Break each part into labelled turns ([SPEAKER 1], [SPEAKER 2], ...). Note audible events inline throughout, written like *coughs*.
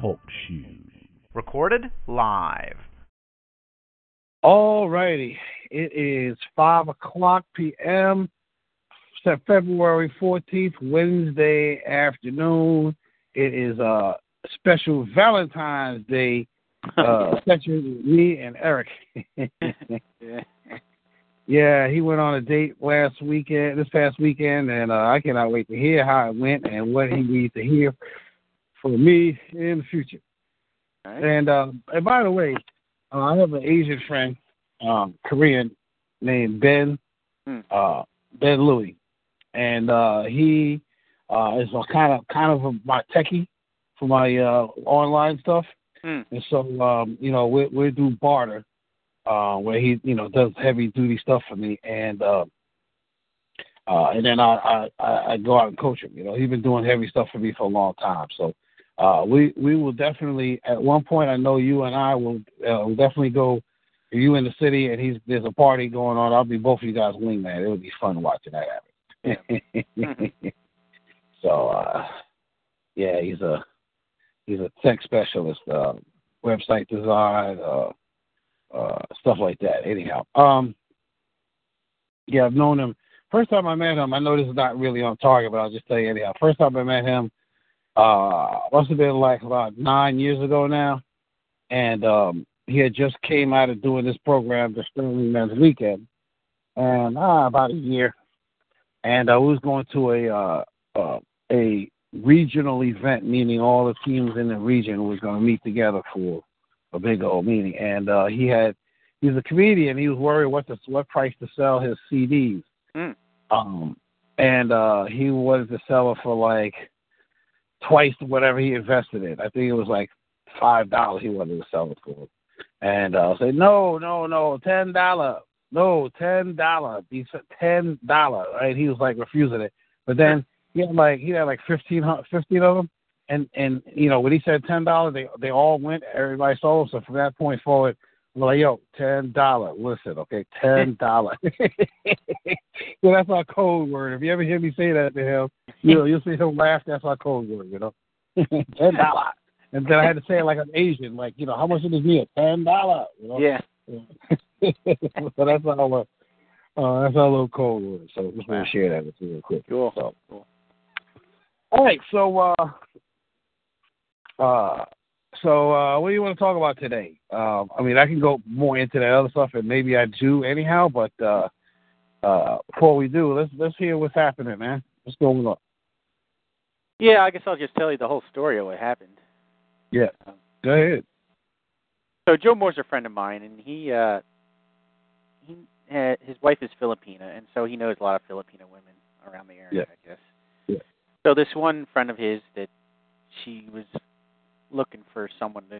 [SPEAKER 1] Talk shoes.
[SPEAKER 2] Recorded live.
[SPEAKER 3] All righty. It is 5 o'clock p.m., Sep- February 14th, Wednesday afternoon. It is a special Valentine's Day uh, session with me and Eric. yeah, he went on a date last weekend, this past weekend, and uh, I cannot wait to hear how it went and what he needs to hear from me in the future. And uh, and by the way, uh, I have an Asian friend, um, Korean, named Ben,
[SPEAKER 4] Hmm.
[SPEAKER 3] uh, Ben Louie, and uh, he uh, is a kind of kind of a, my techie for my uh, online stuff.
[SPEAKER 4] Hmm.
[SPEAKER 3] And so, um, you know, we we do barter, uh, where he you know does heavy duty stuff for me, and uh, uh, and then I, I I I go out and coach him. You know, he's been doing heavy stuff for me for a long time, so uh, we we will definitely at one point. I know you and I will uh, will definitely go. You in the city, and he's there's a party going on. I'll be both of you guys wingman. It would be fun watching that happen. *laughs* so uh, yeah, he's a he's a tech specialist, uh, website design, uh, uh, stuff like that. Anyhow, um, yeah, I've known him. First time I met him, I know this is not really on target, but I'll just tell you anyhow. First time I met him, uh must have been like about nine years ago now and um he had just came out of doing this program the Sterling Men's Weekend and uh, about a year and I was going to a uh, uh a regional event meaning all the teams in the region was gonna meet together for a big old meeting and uh he had he's a comedian he was worried what to what price to sell his CDs
[SPEAKER 4] Hmm.
[SPEAKER 3] um and uh he wanted to sell it for like twice whatever he invested in. I think it was like five dollars he wanted to sell it for. And uh, I said, no, no, no, ten dollar, no, ten dollar, he said ten dollar, right? He was like refusing it, but then he had like he had like fifteen hun- fifteen of them, and and you know when he said ten dollars, they they all went, everybody sold. So from that point forward, we're like, yo, ten dollar, listen, okay, ten dollar. *laughs* so that's our code word. If you ever hear me say that to him, you know, you'll see him laugh. That's our code word, you know. *laughs* ten dollar. And then I had to say it like an Asian, like, you know, how much is this meal? Ten dollar. You know?
[SPEAKER 4] yeah.
[SPEAKER 3] *laughs* so that's our little, uh, that's our little code word. So just want to share that with you real quick.
[SPEAKER 4] Cool.
[SPEAKER 3] So,
[SPEAKER 4] Cool.
[SPEAKER 3] all right. So, uh, uh, so uh, what do you want to talk about today? Um, I mean, I can go more into that other stuff, and maybe I do anyhow. But uh, uh, before we do, let's let's hear what's happening, man. What's going on?
[SPEAKER 4] Yeah, I guess I'll just tell you the whole story of what happened.
[SPEAKER 3] Yeah. Go ahead.
[SPEAKER 4] So Joe Moore's a friend of mine, and he uh, he had, his wife is Filipina, and so he knows a lot of Filipino women around the area,
[SPEAKER 3] Yeah.
[SPEAKER 4] I guess.
[SPEAKER 3] Yeah.
[SPEAKER 4] So this one friend of his that she was looking for someone to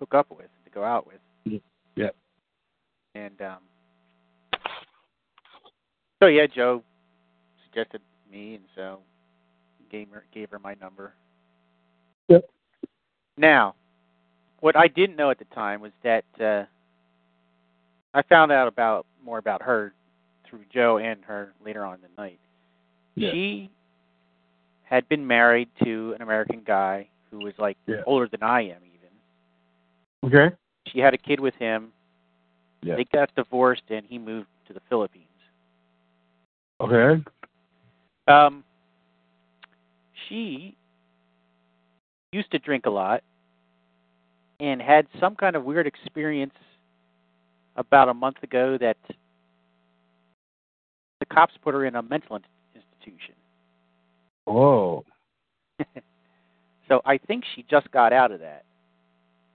[SPEAKER 4] hook up with, to go out with.
[SPEAKER 3] Yeah. Mm-hmm. Yeah.
[SPEAKER 4] And um, so yeah, Joe suggested me, and so gave her gave her my number.
[SPEAKER 3] Yep.
[SPEAKER 4] Now, what I didn't know at the time was that uh, I found out about more about her through Joe and her later on in the night.
[SPEAKER 3] Yeah.
[SPEAKER 4] She had been married to an American guy who was like
[SPEAKER 3] Yeah.
[SPEAKER 4] older than I am even.
[SPEAKER 3] Okay.
[SPEAKER 4] She had a kid with him.
[SPEAKER 3] Yeah.
[SPEAKER 4] They got divorced and he moved to the Philippines.
[SPEAKER 3] Okay.
[SPEAKER 4] Um she used to drink a lot and had some kind of weird experience about a month ago that the cops put her in a mental in- institution.
[SPEAKER 3] Whoa.
[SPEAKER 4] So I think she just got out of that.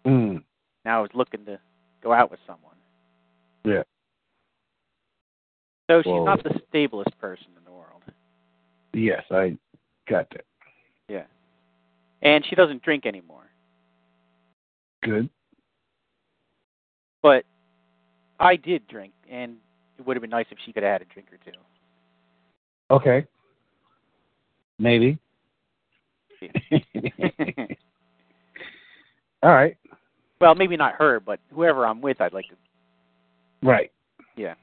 [SPEAKER 3] Mm.
[SPEAKER 4] Now is looking to go out with someone.
[SPEAKER 3] Yeah.
[SPEAKER 4] So she's
[SPEAKER 3] Whoa.
[SPEAKER 4] not the stablest person in the world.
[SPEAKER 3] Yes, I got that.
[SPEAKER 4] Yeah. And she doesn't drink anymore.
[SPEAKER 3] Good.
[SPEAKER 4] But I did drink, and it would have been nice if she could have had a drink or two.
[SPEAKER 3] Okay. Maybe. *laughs* All right.
[SPEAKER 4] Well, maybe not her, but whoever I'm with, I'd like to.
[SPEAKER 3] Right.
[SPEAKER 4] Yeah.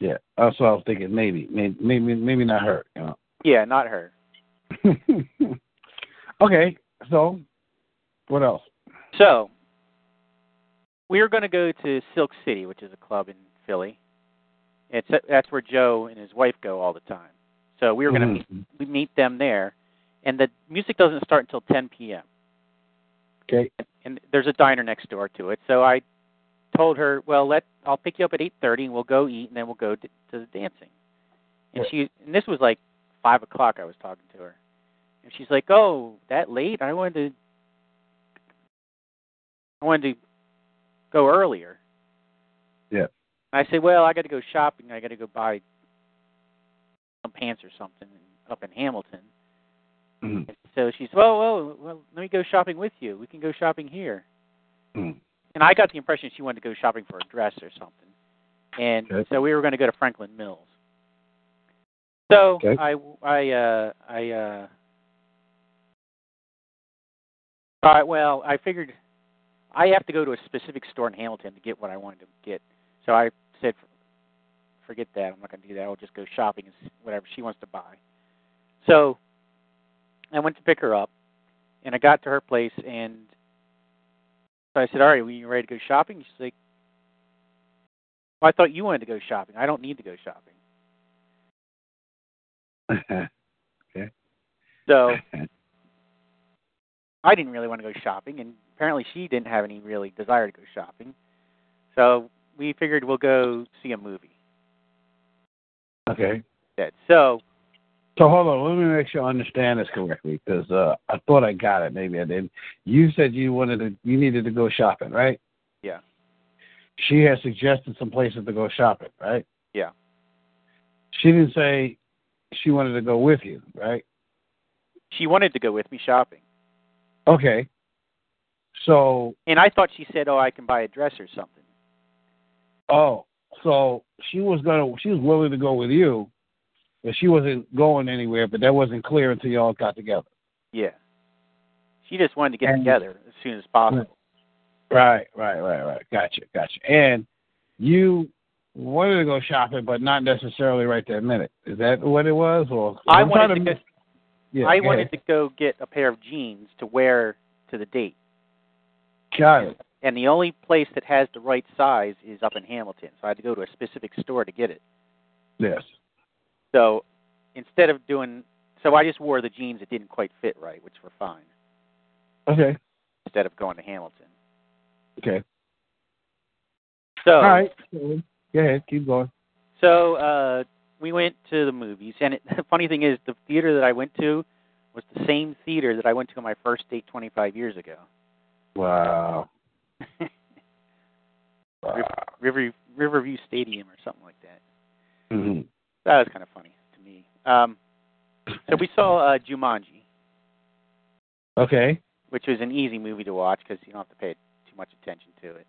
[SPEAKER 3] Yeah. That's what I was thinking. Maybe. Maybe. Maybe. Maybe not her. You know.
[SPEAKER 4] Yeah, not her.
[SPEAKER 3] *laughs* okay, so what else?
[SPEAKER 4] So we are going to go to Silk City, which is a club in Philly. It's that's where Joe and his wife go all the time. So we were going to meet,
[SPEAKER 3] Mhm.
[SPEAKER 4] we meet them there, and the music doesn't start until 10 p.m.
[SPEAKER 3] Okay.
[SPEAKER 4] And there's a diner next door to it. So I told her, well, let I'll pick you up at 8:30, and we'll go eat, and then we'll go d- to the dancing. And
[SPEAKER 3] Right.
[SPEAKER 4] she and this was like five o'clock. I was talking to her, and she's like, oh, that late? I wanted to I wanted to go earlier.
[SPEAKER 3] Yeah.
[SPEAKER 4] I said, well, I got to go shopping. I got to go buy some pants or something up in Hamilton.
[SPEAKER 3] Mhm.
[SPEAKER 4] And so she's, well, well, well, let me go shopping with you. We can go shopping here.
[SPEAKER 3] Mhm.
[SPEAKER 4] And I got the impression she wanted to go shopping for a dress or something. And
[SPEAKER 3] Okay.
[SPEAKER 4] so we were going to go to Franklin Mills. So
[SPEAKER 3] Okay.
[SPEAKER 4] I, I, uh, I, uh, all right, well, I figured I have to go to a specific store in Hamilton to get what I wanted to get. So I said, forget that. I'm not going to do that. I'll just go shopping and s- whatever she wants to buy. So I went to pick her up, and I got to her place, and so I said, "All right, well, you ready to go shopping?" She's like, "Well, I thought you wanted to go shopping. I don't need to go shopping." So I didn't really want to go shopping, and apparently she didn't have any really desire to go shopping. So we figured we'll go see a movie.
[SPEAKER 3] *laughs* okay.
[SPEAKER 4] That so
[SPEAKER 3] So hold on, let me make sure I understand this correctly because uh, I thought I got it. Maybe I didn't. You said you wanted to, you needed to go shopping, right?
[SPEAKER 4] Yeah.
[SPEAKER 3] She had suggested some places to go shopping, right?
[SPEAKER 4] Yeah.
[SPEAKER 3] She didn't say she wanted to go with you, right?
[SPEAKER 4] she wanted to go with me shopping,
[SPEAKER 3] Okay. So,
[SPEAKER 4] and I thought she said, "Oh, I can buy a dress or something."
[SPEAKER 3] oh, so she was gonna, she was willing to go with you, but she wasn't going anywhere. But that wasn't clear until y'all got together.
[SPEAKER 4] Yeah. She just wanted to get
[SPEAKER 3] And-
[SPEAKER 4] together as soon as possible.
[SPEAKER 3] Right, right, right, right. Gotcha, gotcha. And you wanted to go shopping, but not necessarily right that minute. Is that what it was? Or
[SPEAKER 4] I
[SPEAKER 3] I'm
[SPEAKER 4] wanted to,
[SPEAKER 3] trying
[SPEAKER 4] go,
[SPEAKER 3] yeah,
[SPEAKER 4] I
[SPEAKER 3] go
[SPEAKER 4] wanted
[SPEAKER 3] ahead.
[SPEAKER 4] to go get a pair of jeans to wear to the date.
[SPEAKER 3] Got it.
[SPEAKER 4] And the only place that has the right size is up in Hamilton. So I had to go to a specific store to get it.
[SPEAKER 3] Yes.
[SPEAKER 4] So instead of doing so I just wore the jeans that didn't quite fit right, which were fine,
[SPEAKER 3] Okay.
[SPEAKER 4] instead of going to Hamilton.
[SPEAKER 3] Okay.
[SPEAKER 4] So
[SPEAKER 3] All right. Go ahead. Keep going.
[SPEAKER 4] So uh, we went to the movies, and it, *laughs* the funny thing is, the theater that I went to was the same theater that I went to on my first date 25 years ago, *laughs*
[SPEAKER 3] Wow. wow.
[SPEAKER 4] River Riverview Stadium or something like that.
[SPEAKER 3] hmm
[SPEAKER 4] That was kind of funny to me. Um, so we saw uh, Jumanji,
[SPEAKER 3] *clears throat* Okay.
[SPEAKER 4] which was an easy movie to watch because you don't have to pay too much attention to it.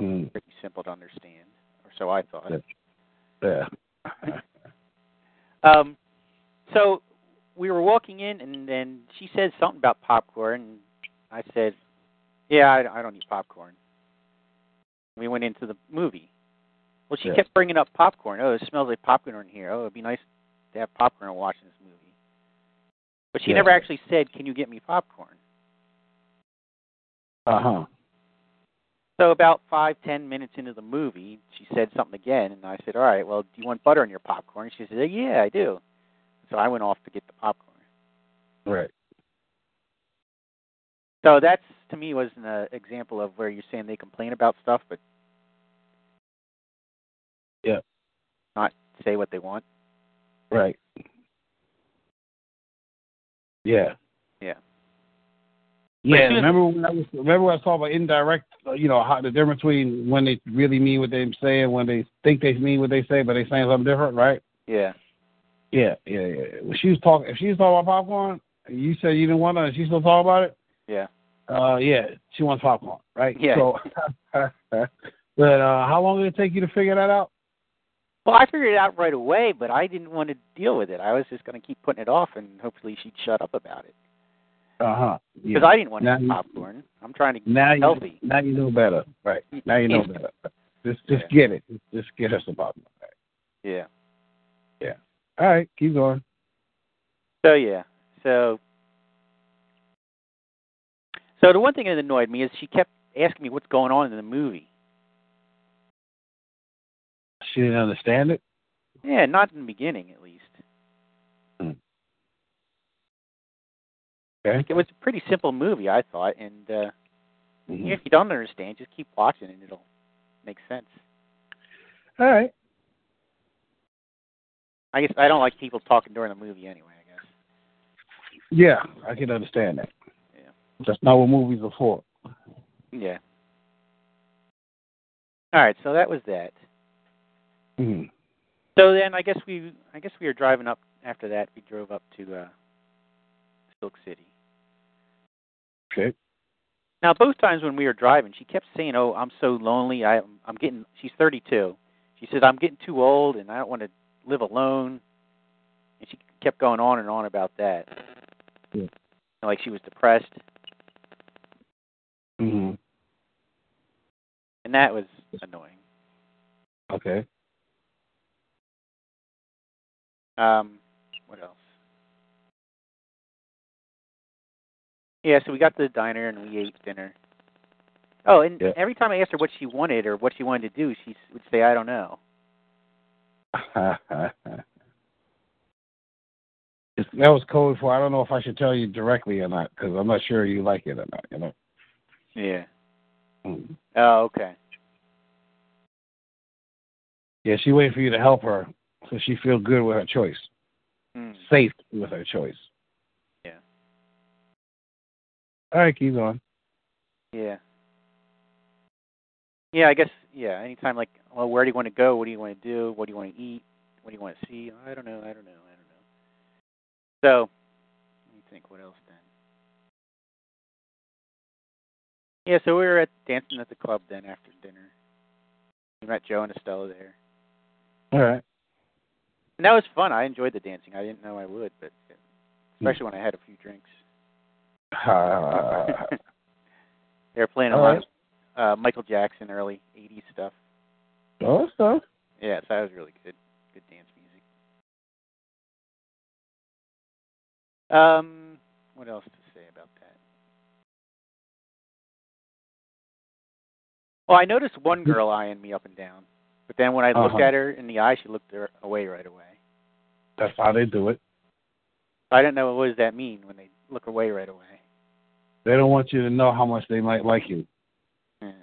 [SPEAKER 3] Mm.
[SPEAKER 4] Pretty simple to understand, or so I thought.
[SPEAKER 3] Yeah.
[SPEAKER 4] *laughs*
[SPEAKER 3] Yeah.
[SPEAKER 4] Um, so we were walking in, and then she said something about popcorn. And I said, "Yeah, I, I don't eat popcorn." We went into the movie. Well, she
[SPEAKER 3] Yeah.
[SPEAKER 4] kept bringing up popcorn. Oh, it smells like popcorn in here. Oh, it'd be nice to have popcorn while watching this movie. But she
[SPEAKER 3] Yeah.
[SPEAKER 4] never actually said, "Can you get me popcorn?"
[SPEAKER 3] Uh huh.
[SPEAKER 4] So about five ten minutes into the movie, she said something again, and I said, "All right, well, do you want butter in your popcorn?" She said, "Yeah, I do." So I went off to get the popcorn.
[SPEAKER 3] Right.
[SPEAKER 4] So that's to me was an uh, example of where you're saying they complain about stuff, but
[SPEAKER 3] Yeah.
[SPEAKER 4] not say what they want.
[SPEAKER 3] Right. Yeah.
[SPEAKER 4] Yeah.
[SPEAKER 3] Yeah,
[SPEAKER 4] But you-
[SPEAKER 3] remember when I was remember when I was talking about indirect, uh, you know, how the difference between when they really mean what they say and when they think they mean what they say, but they saying something different, right?
[SPEAKER 4] Yeah.
[SPEAKER 3] Yeah, yeah, yeah. When she was talking, if she was talking about popcorn, you said you didn't want to, and she still talking about it.
[SPEAKER 4] Yeah.
[SPEAKER 3] Uh, yeah, she wants popcorn, right?
[SPEAKER 4] Yeah.
[SPEAKER 3] So, *laughs* but uh, how long did it take you to figure that out?
[SPEAKER 4] Well, I figured it out right away, but I didn't want to deal with it. I was just going to keep putting it off, and hopefully she'd shut up about it
[SPEAKER 3] Uh huh.
[SPEAKER 4] because
[SPEAKER 3] Yeah.
[SPEAKER 4] I didn't want
[SPEAKER 3] Now
[SPEAKER 4] to eat
[SPEAKER 3] you-
[SPEAKER 4] popcorn. I'm trying to get
[SPEAKER 3] now you
[SPEAKER 4] healthy.
[SPEAKER 3] now you know better, right? Now you know better. Just just get it. Just, just get us a popcorn.
[SPEAKER 4] Yeah.
[SPEAKER 3] All right, keep going.
[SPEAKER 4] So yeah. So, so the one thing that annoyed me is she kept asking me what's going on in the movie.
[SPEAKER 3] She didn't understand it.
[SPEAKER 4] Yeah, not in the beginning, at least.
[SPEAKER 3] Okay.
[SPEAKER 4] It was a pretty simple movie, I thought, and uh,
[SPEAKER 3] Mhm.
[SPEAKER 4] if you don't understand, just keep watching and it'll make sense.
[SPEAKER 3] All right.
[SPEAKER 4] I guess I don't like people talking during the movie anyway. I guess.
[SPEAKER 3] Yeah, I can understand that.
[SPEAKER 4] Yeah.
[SPEAKER 3] That's not what movies are for.
[SPEAKER 4] Yeah. All right, so that was that.
[SPEAKER 3] Mhm.
[SPEAKER 4] So then I guess we I guess we were driving up after that. We drove up to uh, Silk City.
[SPEAKER 3] Okay.
[SPEAKER 4] Now both times when we were driving, she kept saying, "Oh, I'm so lonely. I I'm getting." She's 32. She says, "I'm getting too old, and I don't want to live alone." And she kept going on and on about that.
[SPEAKER 3] Yeah.
[SPEAKER 4] Like she was depressed,
[SPEAKER 3] Mhm.
[SPEAKER 4] and that was annoying.
[SPEAKER 3] Okay. *laughs*
[SPEAKER 4] Um, what else? Yeah, so we got to the diner and we ate dinner. Oh, and
[SPEAKER 3] Yeah.
[SPEAKER 4] every time I asked her what she wanted or what she wanted to do, she s- would say, "I don't know."
[SPEAKER 3] It's- that was code for I don't know if I should tell you directly or not because I'm not sure you like it or not. You know.
[SPEAKER 4] Yeah.
[SPEAKER 3] Mhm.
[SPEAKER 4] Oh, okay.
[SPEAKER 3] Yeah, she waited for you to help her so she feel good with her choice,
[SPEAKER 4] Mm.
[SPEAKER 3] safe with her choice.
[SPEAKER 4] Yeah.
[SPEAKER 3] All right, keep going.
[SPEAKER 4] Yeah. Yeah, I guess. Yeah, anytime like, well, where do you want to go? What do you want to do? What do you want to eat? What do you want to see? I don't know. I don't know. I don't know. So, let me think. What else then? Yeah, so we were at dancing at the club then after dinner. We met Joe and Estella there,
[SPEAKER 3] All right.
[SPEAKER 4] and that was fun. I enjoyed the dancing. I didn't know I would, but
[SPEAKER 3] *laughs*
[SPEAKER 4] especially when I had a few drinks.
[SPEAKER 3] Uh,
[SPEAKER 4] *laughs* they were playing a lot
[SPEAKER 3] Alright.
[SPEAKER 4] of uh, Michael Jackson early '80s stuff.
[SPEAKER 3] oh, so
[SPEAKER 4] Yeah, so that was really good. Good dance music. Um, what else to say about that? Well, I noticed one girl eyeing me up and down, but then when I looked
[SPEAKER 3] Uh-huh.
[SPEAKER 4] at her in the eye, she looked her away right away.
[SPEAKER 3] that's how they do it.
[SPEAKER 4] I didn't know what does that mean when they look away right away.
[SPEAKER 3] They don't want you to know how much they might like you,
[SPEAKER 4] Yeah.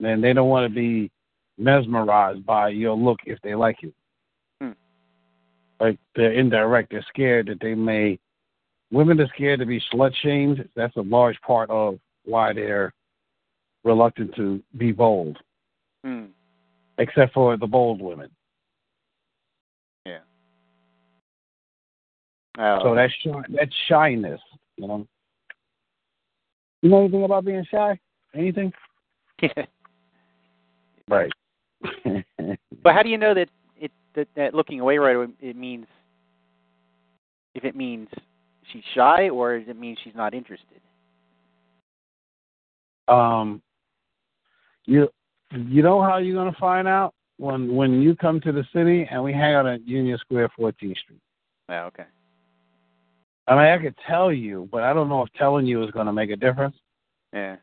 [SPEAKER 3] and they don't want to be mesmerized by your look if they like you.
[SPEAKER 4] Hmm.
[SPEAKER 3] Like they're indirect. They're scared that they may. Women are scared to be slut shamed. That's a large part of why they're reluctant to be bold,
[SPEAKER 4] Hmm.
[SPEAKER 3] except for the bold women.
[SPEAKER 4] Yeah. Oh.
[SPEAKER 3] So that's shy, that's shyness. You know. You know anything about being shy? Anything?
[SPEAKER 4] *laughs*
[SPEAKER 3] Right.
[SPEAKER 4] But how do you know that it that, that looking away right away it means if it means she's shy or does it mean she's not interested?
[SPEAKER 3] *laughs* um, you you know how you're gonna find out when when you come to the city and we hang out at Union Square, 14th Street.
[SPEAKER 4] Oh, okay.
[SPEAKER 3] I mean, I could tell you, but I don't know if telling you is gonna make a difference.
[SPEAKER 4] Yeah.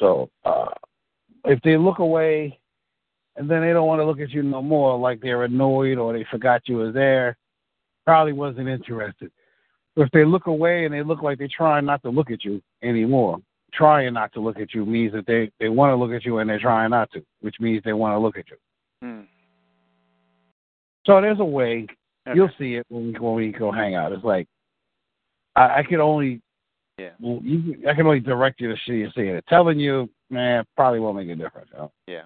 [SPEAKER 3] So uh, if they look away and then they don't want to look at you no more, like they're annoyed or they forgot you was there, probably wasn't interested. If they look away and they look like they're trying not to look at you anymore, trying not to look at you means that they, they want to look at you and they're trying not to, which means they want to look at you.
[SPEAKER 4] Hmm.
[SPEAKER 3] So there's a way.
[SPEAKER 4] Okay.
[SPEAKER 3] You'll see it when we, when we go hang out. It's like I, I could only
[SPEAKER 4] Yeah.
[SPEAKER 3] well, you, I can only direct you to see you seeing it. Telling you, man, probably won't make a difference. you know?
[SPEAKER 4] Yeah.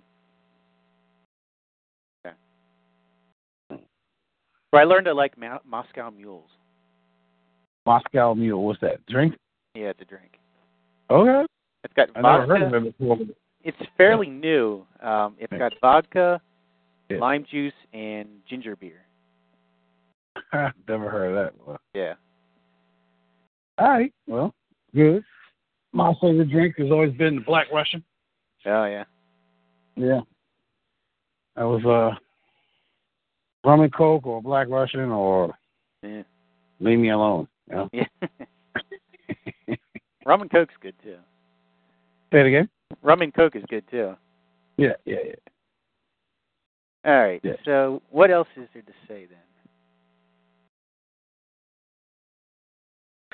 [SPEAKER 4] Okay. But I learned to like Mo- Moscow mules.
[SPEAKER 3] Moscow Mule. What's that? Drink?
[SPEAKER 4] Yeah, it's a drink.
[SPEAKER 3] Okay.
[SPEAKER 4] It's got
[SPEAKER 3] I
[SPEAKER 4] vodka.
[SPEAKER 3] never heard of it before.
[SPEAKER 4] It's fairly new. Um, it's got vodka,
[SPEAKER 3] Yeah. *laughs*
[SPEAKER 4] lime juice, and ginger beer.
[SPEAKER 3] never heard of that. before.
[SPEAKER 4] Yeah.
[SPEAKER 3] All right. Well, good. My favorite drink has always been the Black Russian.
[SPEAKER 4] Oh yeah.
[SPEAKER 3] Yeah. That was uh rum and coke or Black Russian or
[SPEAKER 4] Yeah.
[SPEAKER 3] Leave me alone. You know?
[SPEAKER 4] Yeah. *laughs* Rum and Coke's good too.
[SPEAKER 3] Say it again.
[SPEAKER 4] Rum and Coke is good too.
[SPEAKER 3] Yeah, yeah, yeah.
[SPEAKER 4] All right.
[SPEAKER 3] Yes.
[SPEAKER 4] So what else is there to say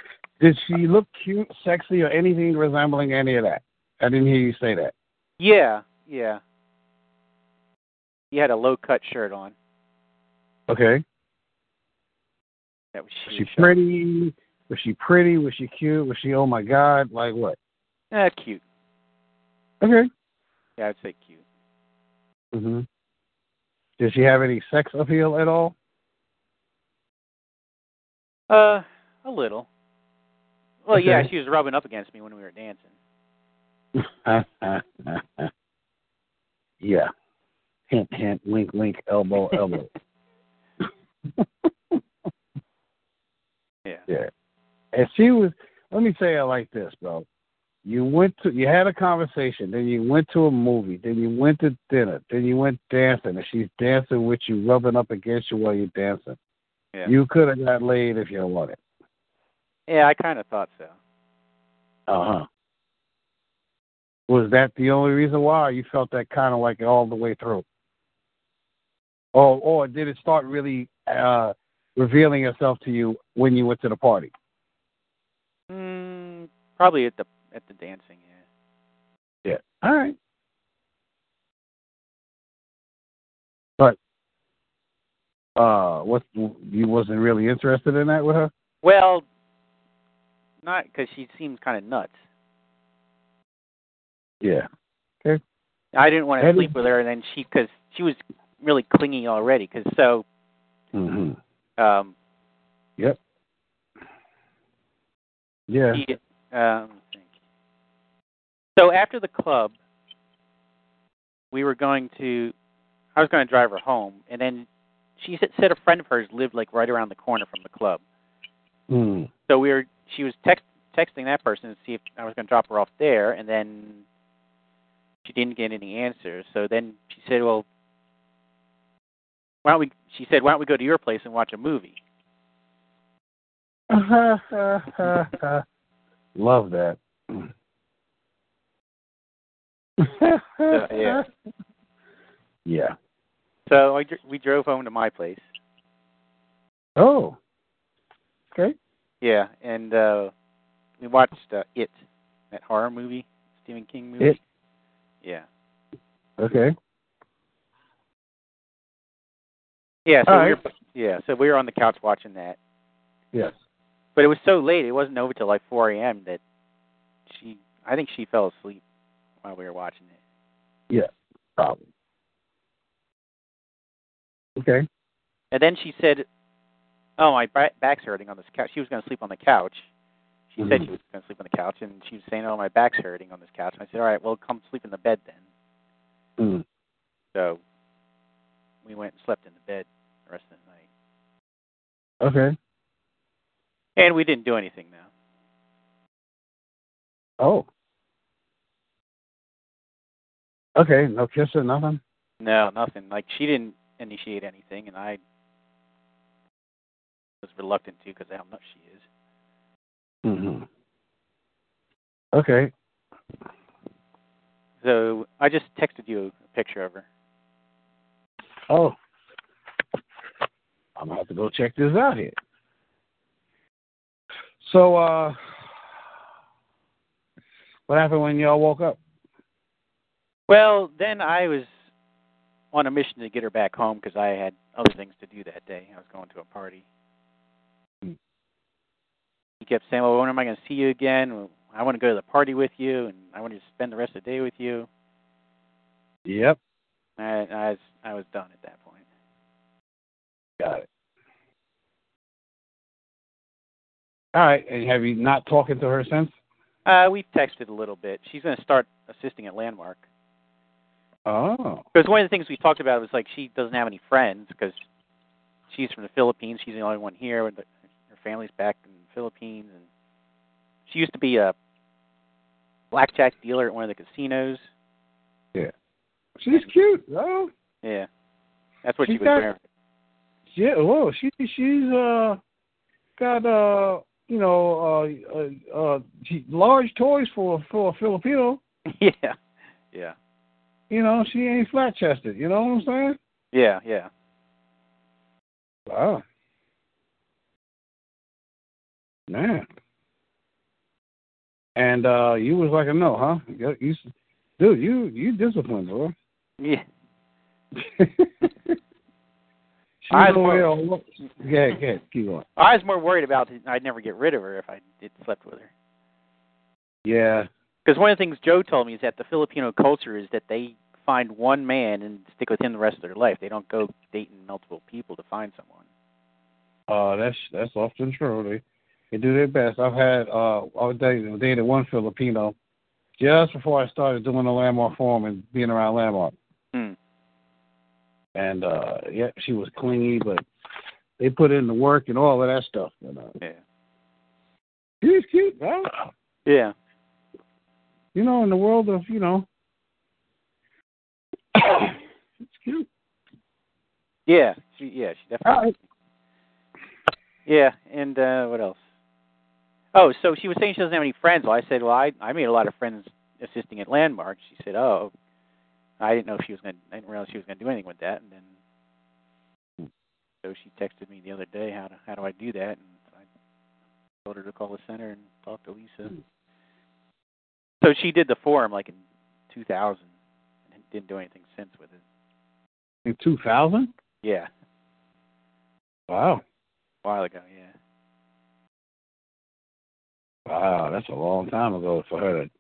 [SPEAKER 4] then?
[SPEAKER 3] Did she look cute, sexy, or anything resembling any of that? I didn't hear you say that.
[SPEAKER 4] Yeah, yeah. He had a low cut shirt on.
[SPEAKER 3] Okay.
[SPEAKER 4] That was
[SPEAKER 3] Was
[SPEAKER 4] she.
[SPEAKER 3] she pretty? Was she pretty? Was she cute? Was she oh my god? Like what?
[SPEAKER 4] Uh, cute.
[SPEAKER 3] Okay.
[SPEAKER 4] Yeah, I'd say cute.
[SPEAKER 3] hmm Did she have any sex appeal at all?
[SPEAKER 4] Uh, a little. Well, yeah,
[SPEAKER 3] Okay.
[SPEAKER 4] she was rubbing up against me when we were dancing.
[SPEAKER 3] *laughs* yeah. Hint, hint, wink, wink, *laughs*
[SPEAKER 4] *laughs*
[SPEAKER 3] elbow, elbow.
[SPEAKER 4] Yeah.
[SPEAKER 3] yeah. And she was. Let me say it like this, bro. You went to, you had a conversation, then you went to a movie, then you went to dinner, then you went dancing, and she's dancing with you, rubbing up against you while you're dancing.
[SPEAKER 4] Yeah.
[SPEAKER 3] You could have got laid if you wanted.
[SPEAKER 4] yeah, I kind of thought so.
[SPEAKER 3] Uh huh. Was that the only reason why or you felt that kind of like all the way through? Or or did it start really uh revealing itself to you when you went to the party?
[SPEAKER 4] Mm, probably at the at the dancing. Yeah.
[SPEAKER 3] Yeah. All right. But uh what you wasn't really interested in that with her?
[SPEAKER 4] Well, not because she seemed kind of nuts.
[SPEAKER 3] Yeah.
[SPEAKER 4] I didn't want to
[SPEAKER 3] That is-
[SPEAKER 4] sleep with her, and then she because she was really clingy already. Because so
[SPEAKER 3] Mm-hmm.
[SPEAKER 4] um,
[SPEAKER 3] Yep. Yeah.
[SPEAKER 4] He, um, thank you. so after the club, we were going to. I was going to drive her home, and then she said, said a friend of hers lived like right around the corner from the club.
[SPEAKER 3] Mm.
[SPEAKER 4] So we were. She was text, texting that person to see if I was going to drop her off there, and then she didn't get any answers. So then she said, "Well, why don't we?" She said, "Why don't we go to your place and watch a movie?"
[SPEAKER 3] *laughs* Love that.
[SPEAKER 4] yeah.
[SPEAKER 3] Yeah.
[SPEAKER 4] So I, dr- we drove home to my place.
[SPEAKER 3] Oh. Okay.
[SPEAKER 4] Yeah, and uh we watched uh, It, that horror movie, Stephen King movie.
[SPEAKER 3] It.
[SPEAKER 4] Yeah.
[SPEAKER 3] Okay.
[SPEAKER 4] Yeah, so
[SPEAKER 3] All
[SPEAKER 4] we
[SPEAKER 3] right.
[SPEAKER 4] were, yeah, so we were on the couch watching that.
[SPEAKER 3] Yes.
[SPEAKER 4] But it was so late, it wasn't over till like 4 a.m. that she I think she fell asleep while we were watching it.
[SPEAKER 3] Yeah. Probably. Okay.
[SPEAKER 4] And then she said, "Oh, my ba- back's hurting on this couch." She was going to sleep on the couch. She said
[SPEAKER 3] Mhm.
[SPEAKER 4] she was going to sleep on the couch and she was saying, "Oh, my back's hurting on this couch." And I said, "All right, well, come sleep in the bed then."
[SPEAKER 3] Mm.
[SPEAKER 4] So we went and slept in the bed the rest of the night.
[SPEAKER 3] Okay.
[SPEAKER 4] And we didn't do anything now.
[SPEAKER 3] Oh. Okay. No kissing. Nothing.
[SPEAKER 4] No, nothing. Like she didn't initiate anything, and I was reluctant to because of how much she is.
[SPEAKER 3] Mm-hmm. Okay.
[SPEAKER 4] So I just texted you a picture of her.
[SPEAKER 3] Oh. I'm gonna have to go check this out here. So uh what happened when y'all woke up?
[SPEAKER 4] Well, then I was on a mission to get her back home because I had other things to do that day. I was going to a party.
[SPEAKER 3] Hmm.
[SPEAKER 4] He kept saying, "Well, when am I going to see you again? Well, I want to go to the party with you, and I want to spend the rest of the day with you."
[SPEAKER 3] Yep.
[SPEAKER 4] And I, I was I was done at that point.
[SPEAKER 3] Got it. All right, and have you not talking to her since?
[SPEAKER 4] Uh, we've texted a little bit. She's going to start assisting at Landmark.
[SPEAKER 3] Oh.
[SPEAKER 4] Because one of the things we talked about was like she doesn't have any friends because she's from the Philippines. She's the only one here. With the, her family's back in the Philippines, and she used to be a blackjack dealer at one of the casinos.
[SPEAKER 3] She's cute. Oh.
[SPEAKER 4] Yeah, that's what she
[SPEAKER 3] She's
[SPEAKER 4] was
[SPEAKER 3] got-
[SPEAKER 4] wearing.
[SPEAKER 3] Yeah, whoa, she she's uh got uh you know uh, uh, uh she- large toys for for a Filipino.
[SPEAKER 4] *laughs* yeah, yeah,
[SPEAKER 3] You know, she ain't flat chested. You know what I'm saying?
[SPEAKER 4] yeah, yeah.
[SPEAKER 3] Wow. Man. And uh you was like a no, huh? You, you dude, you you disciplined, bro.
[SPEAKER 4] Yeah.
[SPEAKER 3] *laughs* she
[SPEAKER 4] I was
[SPEAKER 3] was over
[SPEAKER 4] more-
[SPEAKER 3] there on look. Yeah, yeah, keep going.
[SPEAKER 4] I was more worried about it. I'd never get rid of her if I did slept with her.
[SPEAKER 3] Yeah.
[SPEAKER 4] Because one of the things Joe told me is that the Filipino culture is that they find one man and stick with him the rest of their life. They don't go dating multiple people to find someone.
[SPEAKER 3] Uh that's that's often true. They they do their best. I've had uh I dated, dated one Filipino just before I started doing the landmark forum and being around landmark.
[SPEAKER 4] Hmm.
[SPEAKER 3] And uh yeah, she was clingy but they put in the work and all of that stuff, you know.
[SPEAKER 4] Yeah.
[SPEAKER 3] She was cute, man.
[SPEAKER 4] Yeah.
[SPEAKER 3] You know, in the world of, you know, *coughs* it's cute.
[SPEAKER 4] Yeah. She, yeah. She definitely.
[SPEAKER 3] Alright.
[SPEAKER 4] Yeah. And uh what else? Oh, so she was saying she doesn't have any friends. Well, I said, well, I I made a lot of friends assisting at Landmark. She said, oh, I didn't know if she was gonna. I didn't realize she was gonna do anything with that. And then, so she texted me the other day, how to how do I do that? And I told her to call the center and talk to Lisa. So she did the forum like in 2000 and didn't do anything since with it.
[SPEAKER 3] In 2000?
[SPEAKER 4] Yeah, a
[SPEAKER 3] Wow.
[SPEAKER 4] while ago. Yeah.
[SPEAKER 3] Wow, that's a long time ago for her to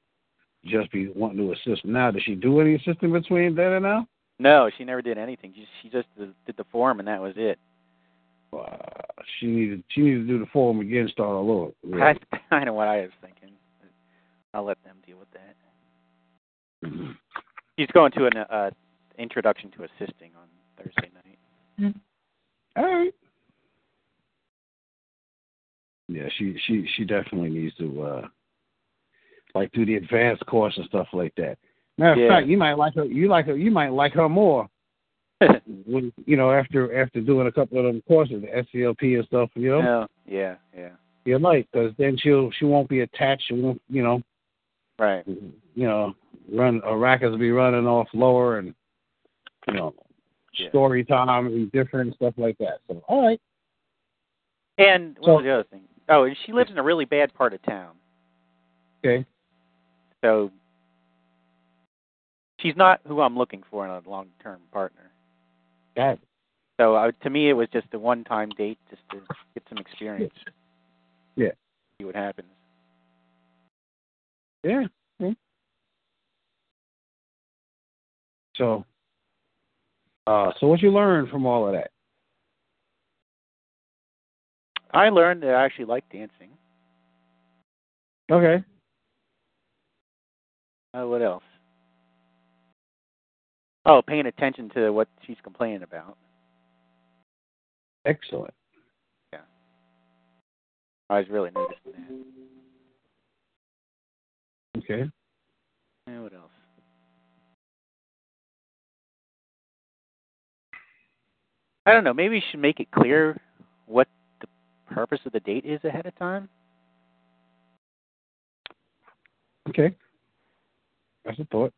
[SPEAKER 3] just be wanting to assist. Now, does she do any assisting between then and now?
[SPEAKER 4] No, she never did anything. She she just did did the form and that was it.
[SPEAKER 3] Wow. She needed she needed to do the forum again, and start all over. Yeah.
[SPEAKER 4] That's *laughs* kind of what I was thinking. I'll let them deal with that. She's going to an uh, introduction to assisting on Thursday night. *laughs* Mm-hmm.
[SPEAKER 3] All right. Yeah, she she she definitely needs to uh like do the advanced course and stuff like that. Matter of
[SPEAKER 4] Yeah.
[SPEAKER 3] fact, you might like her. You like her. You might like her more. when, you know, after after doing a couple of them courses, the SCLP and stuff. You know,
[SPEAKER 4] No, yeah, yeah,
[SPEAKER 3] you might because then she'll she won't be attached. She won't. You know,
[SPEAKER 4] right.
[SPEAKER 3] you know, run uh, rackets will be running off lower and you know
[SPEAKER 4] Yeah.
[SPEAKER 3] story time and different stuff like that. So all right.
[SPEAKER 4] And what
[SPEAKER 3] So-
[SPEAKER 4] was the other thing? Oh, and she lives in a really bad part of town,
[SPEAKER 3] Okay.
[SPEAKER 4] so she's not who I'm looking for in a long-term partner.
[SPEAKER 3] Got it.
[SPEAKER 4] So uh, to me, it was just a one-time date, just to get some experience.
[SPEAKER 3] Yeah.
[SPEAKER 4] See what happens.
[SPEAKER 3] Yeah. yeah. So, uh, so what you learned from all of that?
[SPEAKER 4] I learned that I actually like dancing.
[SPEAKER 3] Okay.
[SPEAKER 4] Uh, what else? Oh, paying attention to what she's complaining about.
[SPEAKER 3] Excellent.
[SPEAKER 4] I was really noticing
[SPEAKER 3] Okay.
[SPEAKER 4] that. And what else? I don't know. Maybe you should make it clear what the purpose of the date is ahead of time.
[SPEAKER 3] Okay. That's a thought.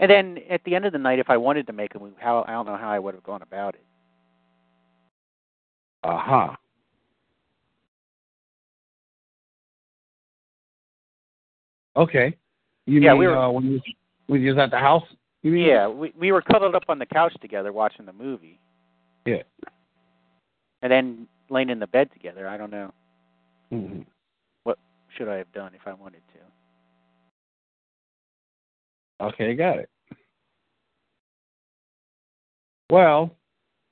[SPEAKER 4] And then at the end of the night, if I wanted to make a move, how I don't know how I would have gone about it.
[SPEAKER 3] Aha. Okay. You
[SPEAKER 4] Yeah,
[SPEAKER 3] mean
[SPEAKER 4] we were-
[SPEAKER 3] uh, when you when you was at the house? You mean?
[SPEAKER 4] Yeah, we we were cuddled up on the couch together watching the movie,
[SPEAKER 3] Yeah.
[SPEAKER 4] and then laying in the bed together. I don't know.
[SPEAKER 3] Mhm.
[SPEAKER 4] should I have done if I wanted to?
[SPEAKER 3] Okay, got it. Well,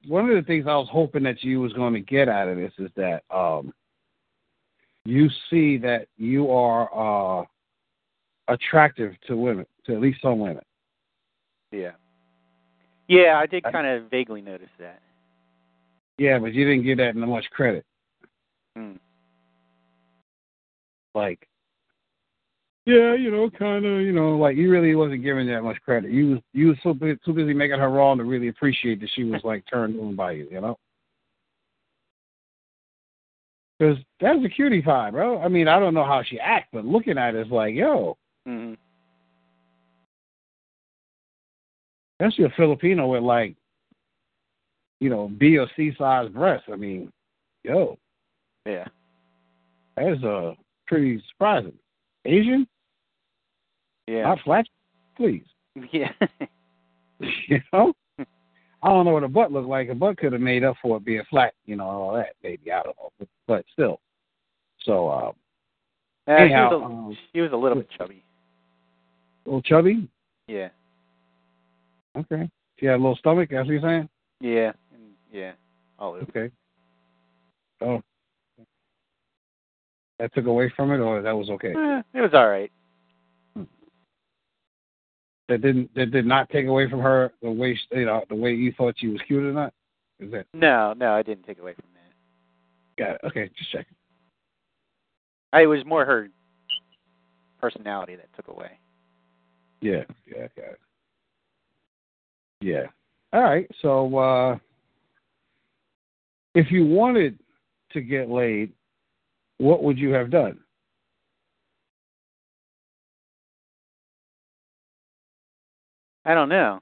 [SPEAKER 3] one of the things I was hoping that you was going to get out of this is that um, you see that you are uh, attractive to women, to at least some women.
[SPEAKER 4] Yeah. Yeah, I did
[SPEAKER 3] I-
[SPEAKER 4] kind of vaguely notice that.
[SPEAKER 3] Yeah, but you didn't give that much credit.
[SPEAKER 4] Mm.
[SPEAKER 3] Like, yeah, you know, kind of, you know, like you really wasn't giving that much credit. You was you was so bu- too busy making her wrong to really appreciate that she was like turned on by you, you know. Because that's a cutie pie, bro. I mean, I don't know how she act, but looking at it, it's like, yo,
[SPEAKER 4] Mm-hmm.
[SPEAKER 3] that's your Filipino with like, you know, B or C size breasts. I mean, yo,
[SPEAKER 4] Yeah.
[SPEAKER 3] that's uh pretty surprising. Asian,
[SPEAKER 4] Yeah.
[SPEAKER 3] not flat, please.
[SPEAKER 4] *laughs*
[SPEAKER 3] *laughs*
[SPEAKER 4] yeah.
[SPEAKER 3] you know? I don't know what a butt looked like. A butt could have made up for it being flat, you know, and all that, maybe. I don't know. But, but still. So, uh,
[SPEAKER 4] Uh,
[SPEAKER 3] Anyhow,
[SPEAKER 4] she, was a,
[SPEAKER 3] um,
[SPEAKER 4] she was a little bit chubby.
[SPEAKER 3] little chubby.
[SPEAKER 4] Yeah.
[SPEAKER 3] Okay. She had a little stomach, that's what you're saying?
[SPEAKER 4] Yeah. And, yeah. All
[SPEAKER 3] *laughs*
[SPEAKER 4] over.
[SPEAKER 3] Okay. Oh. That took away from it, or that was okay?
[SPEAKER 4] Eh, it was all right.
[SPEAKER 3] That didn't. That did not take away from her the way she, you know the way you thought she was cute or not. Is that
[SPEAKER 4] No, no, I didn't take away from that.
[SPEAKER 3] got it? Okay, just checking.
[SPEAKER 4] I, it was more her personality that took away.
[SPEAKER 3] Yeah, yeah, yeah. Yeah. All right. So uh if you wanted to get laid, what would you have done?
[SPEAKER 4] I don't know.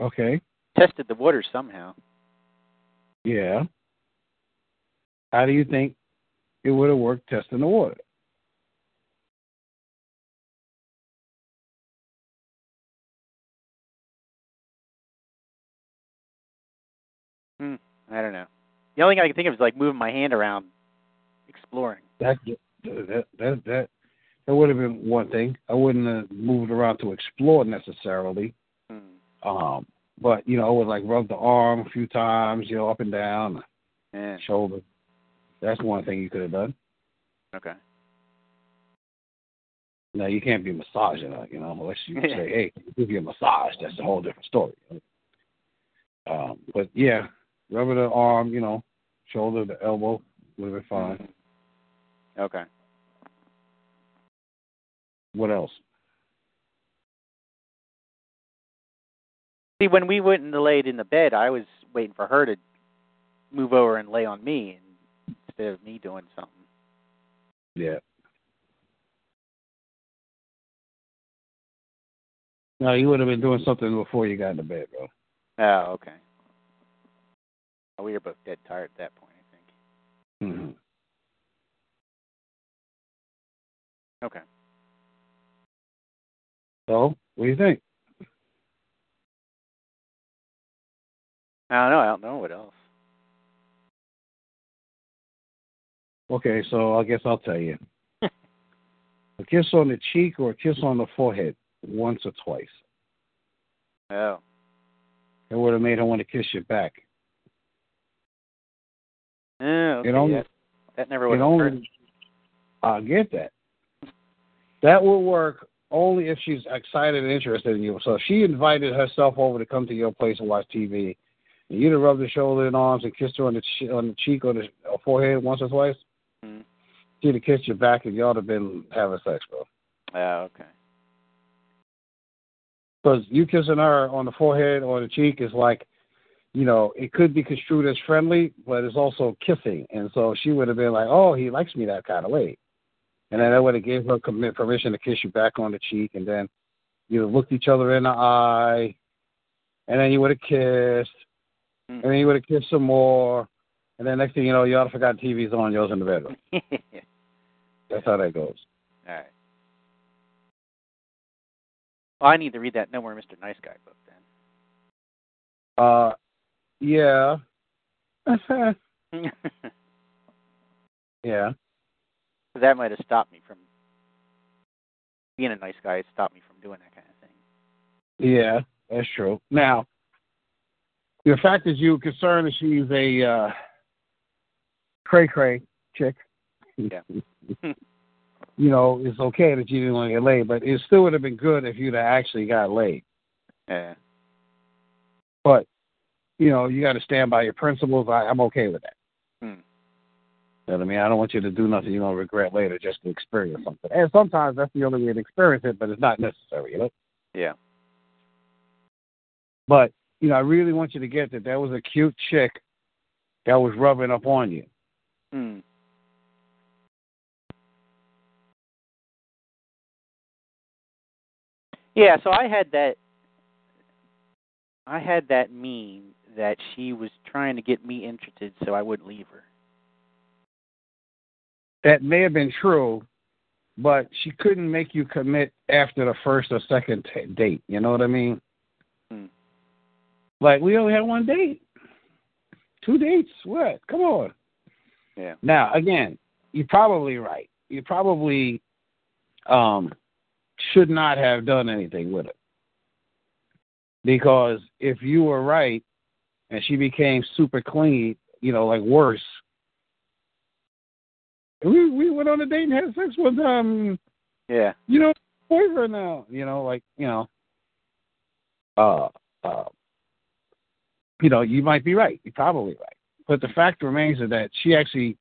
[SPEAKER 3] Okay.
[SPEAKER 4] Tested the water somehow.
[SPEAKER 3] Yeah. How do you think it would have worked testing the water?
[SPEAKER 4] Hmm. I don't know. The only thing I can think of is like moving my hand around, exploring.
[SPEAKER 3] That that that that that would have been one thing. I wouldn't have moved around to explore necessarily.
[SPEAKER 4] Hmm.
[SPEAKER 3] Um, but you know, I would like rub the arm a few times, you know, up and down,
[SPEAKER 4] Yeah.
[SPEAKER 3] shoulder. That's one thing you could have done.
[SPEAKER 4] Okay.
[SPEAKER 3] Now you can't be massaging her, you know, unless you say, "Hey, give you a massage." That's a whole different story. Um, but yeah, rub the arm, you know, shoulder, the elbow, would have been fine.
[SPEAKER 4] Hmm. Okay.
[SPEAKER 3] What else?
[SPEAKER 4] See, when we went and laid in the bed, I was waiting for her to move over and lay on me instead of me doing something.
[SPEAKER 3] Yeah. No, you would have been doing something before you got into bed, bro.
[SPEAKER 4] Oh, okay. Oh, We were both dead tired at that point, I think.
[SPEAKER 3] Mm-hmm.
[SPEAKER 4] Okay.
[SPEAKER 3] So, what do you think?
[SPEAKER 4] I don't know. I don't know what else.
[SPEAKER 3] Okay, so I guess I'll tell you. a kiss on the cheek or a kiss on the forehead once or twice.
[SPEAKER 4] Oh,
[SPEAKER 3] It would have made her want to kiss you back.
[SPEAKER 4] oh okay,
[SPEAKER 3] It only-
[SPEAKER 4] yeah. that never would
[SPEAKER 3] It
[SPEAKER 4] have occurred.
[SPEAKER 3] only I get that. That will work only if she's excited and interested in you. So if she invited herself over to come to your place and watch TV, and you'd have rubbed her shoulder and arms and kissed her on the che- on the cheek or the or forehead once or twice.
[SPEAKER 4] Mhm.
[SPEAKER 3] She'd have kissed you back, and y'all would have been having sex, bro.
[SPEAKER 4] Oh, okay.
[SPEAKER 3] Because you kissing her on the forehead or the cheek is like, you know, it could be construed as friendly, but it's also kissing. And so she would have been like, oh, he likes me that kind of way. And then that would have gave her commit permission to kiss you back on the cheek. And then you would have looked each other in the eye. And then you would have kissed.
[SPEAKER 4] Hmm.
[SPEAKER 3] And then you would have kissed some more. And then next thing you know, y'all forgot TV's on, y'all's in the bedroom.
[SPEAKER 4] *laughs*
[SPEAKER 3] That's how that goes.
[SPEAKER 4] All right. Well, I need to read that No More Mr. Nice Guy book then.
[SPEAKER 3] Uh, yeah. yeah.
[SPEAKER 4] *laughs* that might have stopped me from being a nice guy. It stopped me from doing that kind of thing.
[SPEAKER 3] Yeah, that's true. Now, the fact that you concerned that she's a uh, cray cray chick,
[SPEAKER 4] Yeah.
[SPEAKER 3] *laughs* you know, it's okay that you didn't want to get laid, but it still would have been good if you'd have actually got laid.
[SPEAKER 4] Yeah.
[SPEAKER 3] But you know, you got to stand by your principles. I, I'm okay with that.
[SPEAKER 4] Hmm.
[SPEAKER 3] You know what I mean? I don't want you to do nothing you're gonna regret later just to experience something. And sometimes that's the only way to experience it, but it's not necessary, you know.
[SPEAKER 4] Yeah.
[SPEAKER 3] But you know, I really want you to get that there was a cute chick that was rubbing up on you.
[SPEAKER 4] Hmm. Yeah, so I had that I had that mean that she was trying to get me interested so I wouldn't leave her.
[SPEAKER 3] That may have been true, but she couldn't make you commit after the first or second t- date. You know what I mean?
[SPEAKER 4] Hmm.
[SPEAKER 3] Like we only had one date, two dates. What? Come on.
[SPEAKER 4] Yeah.
[SPEAKER 3] Now, again, you're probably right. You probably um, should not have done anything with it. Because if you were right and she became super clingy, you know, like worse, we, we went on a date and had sex one time,
[SPEAKER 4] Yeah.
[SPEAKER 3] you know, boyfriend now, you know, like, you know, uh, uh, you know, you might be right. You're probably right. But the fact remains is that she actually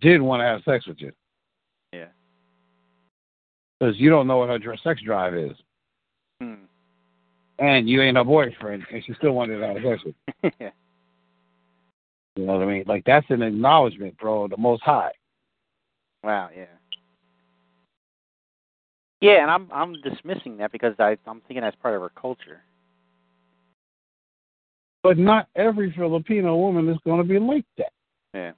[SPEAKER 3] did want to have sex with you.
[SPEAKER 4] Yeah.
[SPEAKER 3] because you don't know what her dr- sex drive is,
[SPEAKER 4] Hmm. *laughs*
[SPEAKER 3] and you ain't her boyfriend, and she still wanted to have sex with
[SPEAKER 4] yeah.
[SPEAKER 3] you. You know what I mean? Like that's an acknowledgement, bro. The Most High.
[SPEAKER 4] Wow, yeah. Yeah, and I'm I'm dismissing that because I I'm thinking that's part of her culture.
[SPEAKER 3] But not every Filipino woman is going to be like that.
[SPEAKER 4] Yeah.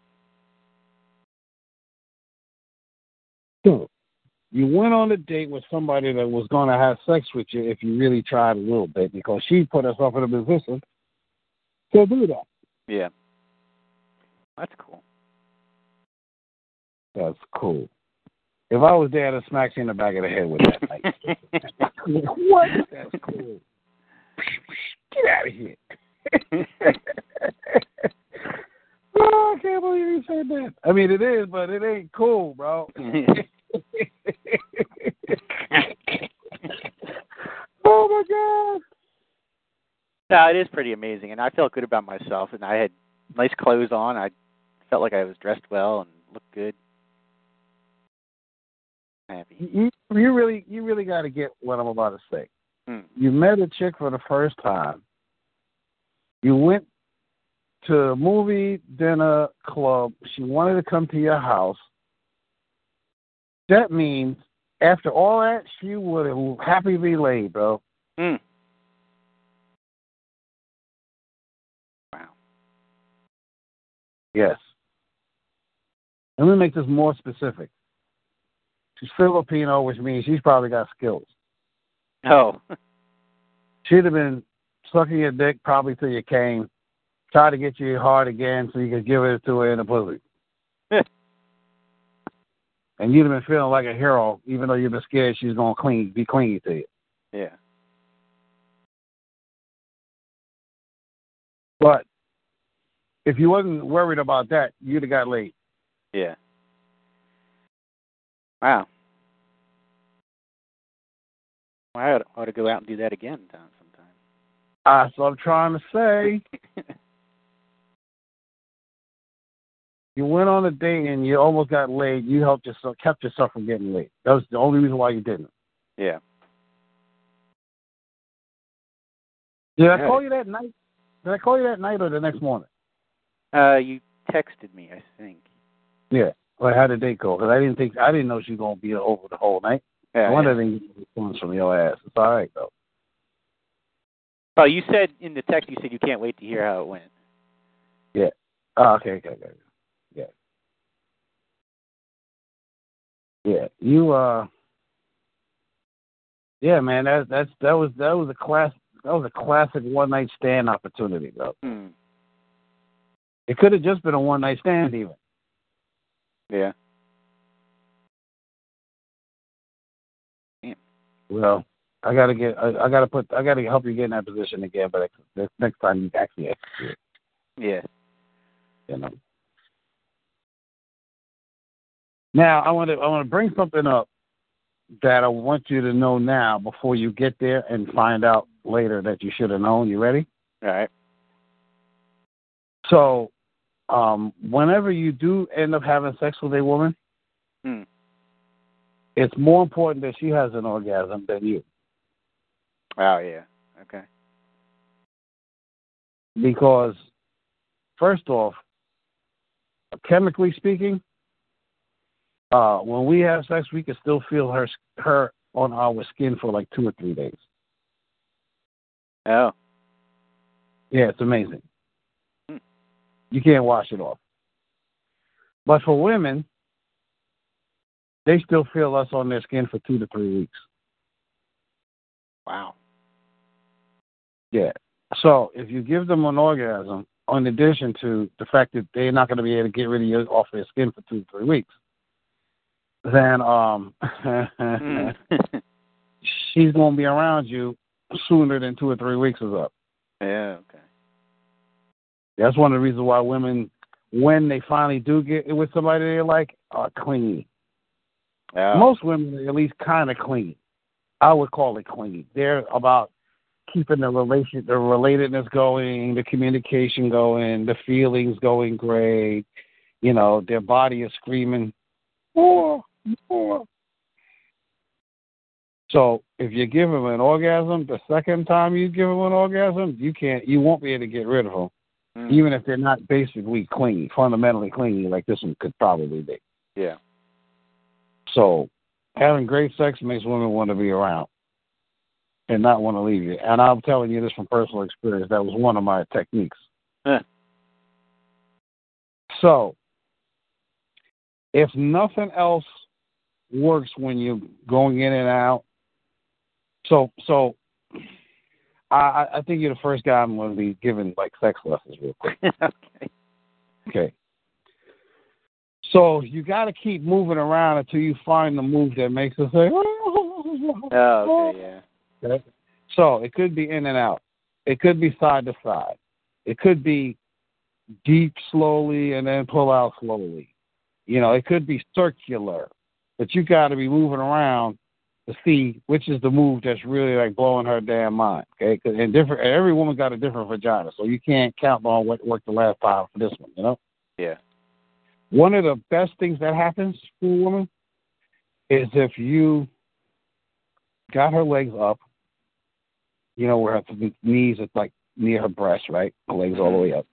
[SPEAKER 3] So, you went on a date with somebody that was going to have sex with you if you really tried a little bit, because she put herself in a position to do that.
[SPEAKER 4] Yeah. That's
[SPEAKER 3] *laughs*
[SPEAKER 4] cool.
[SPEAKER 3] That's cool. If I was there, I'd have smacked you in the back of the head with that. Like, what? That's cool. Get out of here. *laughs* oh, I can't believe you said that. I mean, it is, but it ain't cool, bro. *laughs* oh my
[SPEAKER 4] *laughs* No, it is pretty amazing, and I felt good about myself. And I had nice clothes on. I felt like I was dressed well and looked good.
[SPEAKER 3] god,
[SPEAKER 4] Happy.
[SPEAKER 3] you, you really, you really got to get what I'm about to say.
[SPEAKER 4] Mm.
[SPEAKER 3] you met a chick for the first time. You went to a movie, dinner, club. She wanted to come to your house. That means after all that, she would have happily be laid, bro.
[SPEAKER 4] Mm. Wow.
[SPEAKER 3] Yes. Let me make this more specific. She's Filipino, which means she's probably got skills.
[SPEAKER 4] Oh. *laughs*
[SPEAKER 3] She'd have been sucking your dick probably till you came, try to get you hard again so you could give it to her in a pussy. and you'd have been feeling like a hero, even though you've been scared she's gonna cling, be clingy to you.
[SPEAKER 4] yeah.
[SPEAKER 3] But if you wasn't worried about that, you'd have got laid.
[SPEAKER 4] Yeah. Wow. Well, I ought, ought to go out and do that again Tom, sometime.
[SPEAKER 3] That's what I'm trying to say.
[SPEAKER 4] *laughs*
[SPEAKER 3] You went on a date and you almost got laid. You helped yourself, kept yourself from getting laid. That was the only reason why you didn't.
[SPEAKER 4] yeah.
[SPEAKER 3] Did I
[SPEAKER 4] Yeah.
[SPEAKER 3] call you that night? Did I call you that night or the next morning?
[SPEAKER 4] Uh, you texted me, I think.
[SPEAKER 3] Yeah. Well, how did they go? Because I didn't think I didn't know she was gonna be over the whole night.
[SPEAKER 4] Yeah,
[SPEAKER 3] I wonder
[SPEAKER 4] yeah.
[SPEAKER 3] if they get response from your ass. It's all right though.
[SPEAKER 4] Oh, you said in the text you said you can't wait to hear how it went.
[SPEAKER 3] Oh, okay, okay, okay. Yeah. Yeah. You uh Yeah, man, that that's that was that was a class that was a classic one night stand opportunity though.
[SPEAKER 4] Hmm.
[SPEAKER 3] It could have just been a one night stand even.
[SPEAKER 4] Yeah.
[SPEAKER 3] Well, I gotta get I, I gotta put I gotta help you get in that position again, but next- next time you actually execute,
[SPEAKER 4] Yeah.
[SPEAKER 3] you know. Now I want to I want to bring something up that I want you to know now before you get there and find out later that you should have known. You ready?
[SPEAKER 4] All right.
[SPEAKER 3] So, um, whenever you do end up having sex with a woman,
[SPEAKER 4] Hmm.
[SPEAKER 3] it's more important that she has an orgasm than you
[SPEAKER 4] Oh yeah. Okay.
[SPEAKER 3] because, first off, chemically speaking, uh, when we have sex, we can still feel her her on our skin for like two or three days.
[SPEAKER 4] Oh.
[SPEAKER 3] Yeah, it's amazing.
[SPEAKER 4] Hmm.
[SPEAKER 3] You can't wash it off. But for women, they still feel us on their skin for two to three weeks.
[SPEAKER 4] *laughs* Wow.
[SPEAKER 3] Yeah. So if you give them an orgasm, in addition to the fact that they're not going to be able to get rid of you off their skin for two to three weeks, then um,
[SPEAKER 4] Hmm.
[SPEAKER 3] *laughs* she's going to be around you sooner than two or three weeks is up.
[SPEAKER 4] yeah. Okay.
[SPEAKER 3] That's one of the reasons why women, when they finally do get with somebody they like, are clingy.
[SPEAKER 4] Oh.
[SPEAKER 3] Most women are at least kind of clean. I would call it clean. They're about keeping the relation, the relatedness going, the communication going, the feelings going great. You know, their body is screaming, more, more. So if you give them an orgasm, the second time you give them an orgasm, you can't, you won't be able to get rid of them,
[SPEAKER 4] Hmm.
[SPEAKER 3] even if they're not basically clingy, fundamentally clingy, like this one could probably be.
[SPEAKER 4] Yeah.
[SPEAKER 3] So having great sex makes women want to be around and not want to leave you. And I'm telling you this from personal experience. That was one of my techniques.
[SPEAKER 4] Huh.
[SPEAKER 3] So if nothing else works when you're going in and out, so so I I- I think you're the first guy I'm going to be giving like sex lessons real quick.
[SPEAKER 4] okay.
[SPEAKER 3] Okay. So you got to keep moving around until you find the move that makes us say.
[SPEAKER 4] *laughs*
[SPEAKER 3] *laughs*
[SPEAKER 4] Oh. Okay. Yeah.
[SPEAKER 3] Okay? So it could be in and out. It could be side to side. It could be deep slowly and then pull out slowly. You know, it could be circular, but you got to be moving around to see which is the move that's really like blowing her damn mind. Okay, 'Cause- and different. and Every woman got a different vagina, so you can't count on what worked the last time for this one. You know
[SPEAKER 4] Yeah.
[SPEAKER 3] one of the best things that happens to a woman is if you got her legs up, you know, where her knees is like near her breast, right? Her legs all the way up.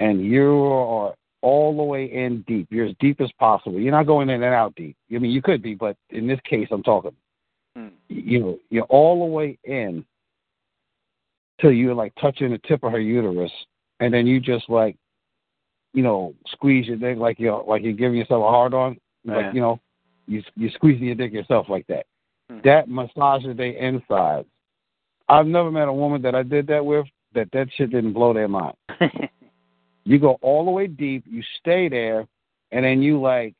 [SPEAKER 3] And you are all the way in deep. You're as deep as possible. You're not going in and out deep. I mean, you could be, but in this case, I'm talking
[SPEAKER 4] Hmm.
[SPEAKER 3] you know, you're all the way in till you're like touching the tip of her uterus, and then you just like, you know, squeeze your dick like you're like you're giving yourself a hard on,
[SPEAKER 4] Yeah.
[SPEAKER 3] like you know, you you squeezing your dick yourself like that.
[SPEAKER 4] Hmm.
[SPEAKER 3] That massages their insides. I've never met a woman that I did that with that that shit didn't blow their mind. You go all the way deep, you stay there, and then you like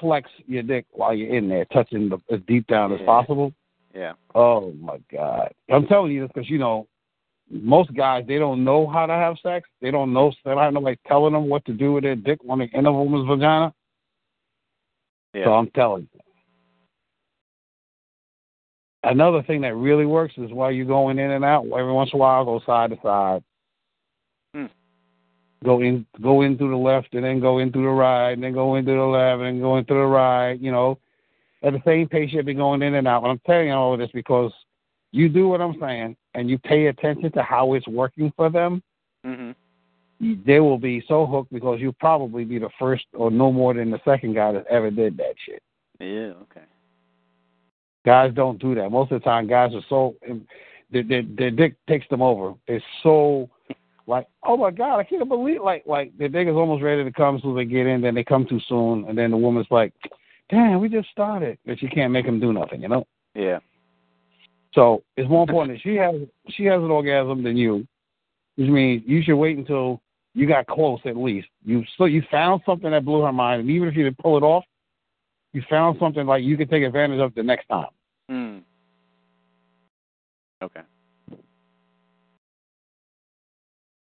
[SPEAKER 3] flex your dick while you're in there, touching the, as deep down as
[SPEAKER 4] Yeah.
[SPEAKER 3] possible.
[SPEAKER 4] *laughs* yeah.
[SPEAKER 3] Oh my God! I'm telling you this because you know most guys they don't know how to have sex. They don't know. They don't have nobody telling them what to do with their dick on the end of a woman's vagina.
[SPEAKER 4] Yeah.
[SPEAKER 3] So I'm telling you. Another thing that really works is while you're going in and out, every once in a while, go side to side.
[SPEAKER 4] Hmm.
[SPEAKER 3] Go in, go in through the left, and then go in through the right, and then go in through the left, and go in through the right. You know, at the same pace you'll be going in and out. And I'm telling you all this because you do what I'm saying, and you pay attention to how it's working for them
[SPEAKER 4] hmm
[SPEAKER 3] they will be so hooked because you'll probably be the first or no more than the second guy that ever did that shit.
[SPEAKER 4] Yeah. Okay.
[SPEAKER 3] Guys don't do that. Most of the time, guys are so their, their, their dick takes them over. They're so like, oh my god, I can't believe like like their dick is almost ready to come, so they get in, then they come too soon, and then the woman's like, damn, we just started, but you can't make them do nothing, you know.
[SPEAKER 4] Yeah.
[SPEAKER 3] So it's more important that she has she has an orgasm than you, which means you should wait until you got close at least. You so you found something that blew her mind, and even if you didn't pull it off, you found something like you could take advantage of the next time.
[SPEAKER 4] Hmm. Okay.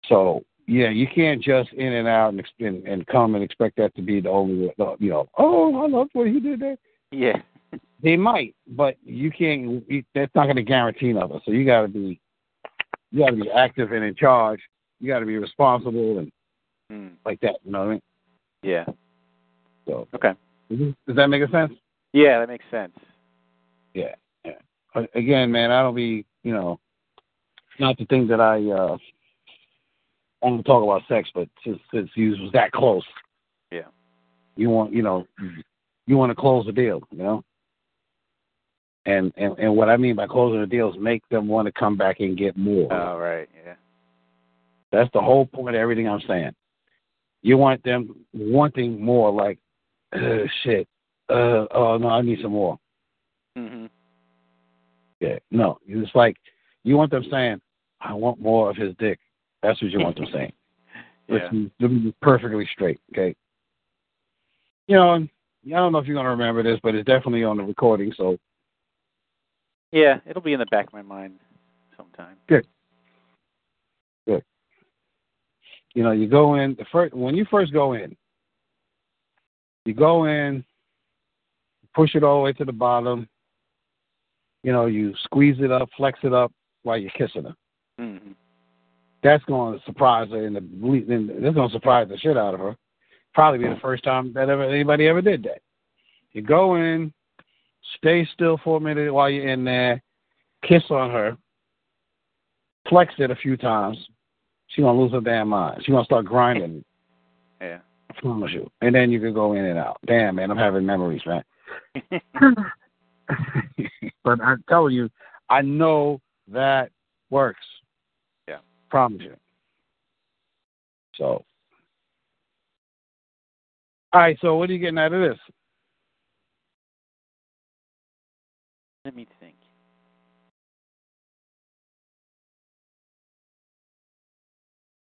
[SPEAKER 3] So yeah, you can't just in and out and ex- and, and come and expect that to be the only the- you know. Oh, I love what he did there.
[SPEAKER 4] *laughs* Yeah.
[SPEAKER 3] They might, but you can't. you- That's not going to guarantee nothing. So you got to be, you got to be active and in charge. You got to be responsible and
[SPEAKER 4] Mm.
[SPEAKER 3] like that. You know what I mean?
[SPEAKER 4] Yeah.
[SPEAKER 3] So
[SPEAKER 4] Okay.
[SPEAKER 3] does that make sense?
[SPEAKER 4] Yeah, that makes sense.
[SPEAKER 3] Yeah, yeah. A- Again, man, I don't be, you know, not to think that I uh only talk about sex, but since since you was that close,
[SPEAKER 4] Yeah.
[SPEAKER 3] you want, you know, you want to close the deal, you know. And and and what I mean by closing the deal is make them want to come back and get more.
[SPEAKER 4] All right. Yeah.
[SPEAKER 3] That's the whole point of everything I'm saying. You want them wanting more, like, uh, shit, uh, oh no, I need some more.
[SPEAKER 4] Mm-hmm.
[SPEAKER 3] Yeah, no, it's like you want them saying, "I want more of his dick." That's what you want them saying.
[SPEAKER 4] Yeah.
[SPEAKER 3] Let's let me be perfectly straight, okay? You know, and I don't know if you're gonna remember this, but it's definitely on the recording. So
[SPEAKER 4] Yeah. It'll be in the back of my mind sometime.
[SPEAKER 3] you know, you go in the first when you first go in, you go in, push it all the way to the bottom. You know, you squeeze it up, flex it up while you're kissing her.
[SPEAKER 4] Mm-hmm.
[SPEAKER 3] that's going to surprise her, and the and that's going to surprise the shit out of her. Probably be the first time that ever anybody ever did that. You go in, stay still for a minute while you're in there, kiss on her, flex it a few times. She gonna lose her damn mind. She gonna start grinding.
[SPEAKER 4] Yeah. *laughs*
[SPEAKER 3] I promise you. And then you can go in and out. Damn man, I'm having memories, man. but I'm telling you, I know that works.
[SPEAKER 4] Yeah.
[SPEAKER 3] Promise you. So. All right. So what are you getting out of this?
[SPEAKER 4] Let me think.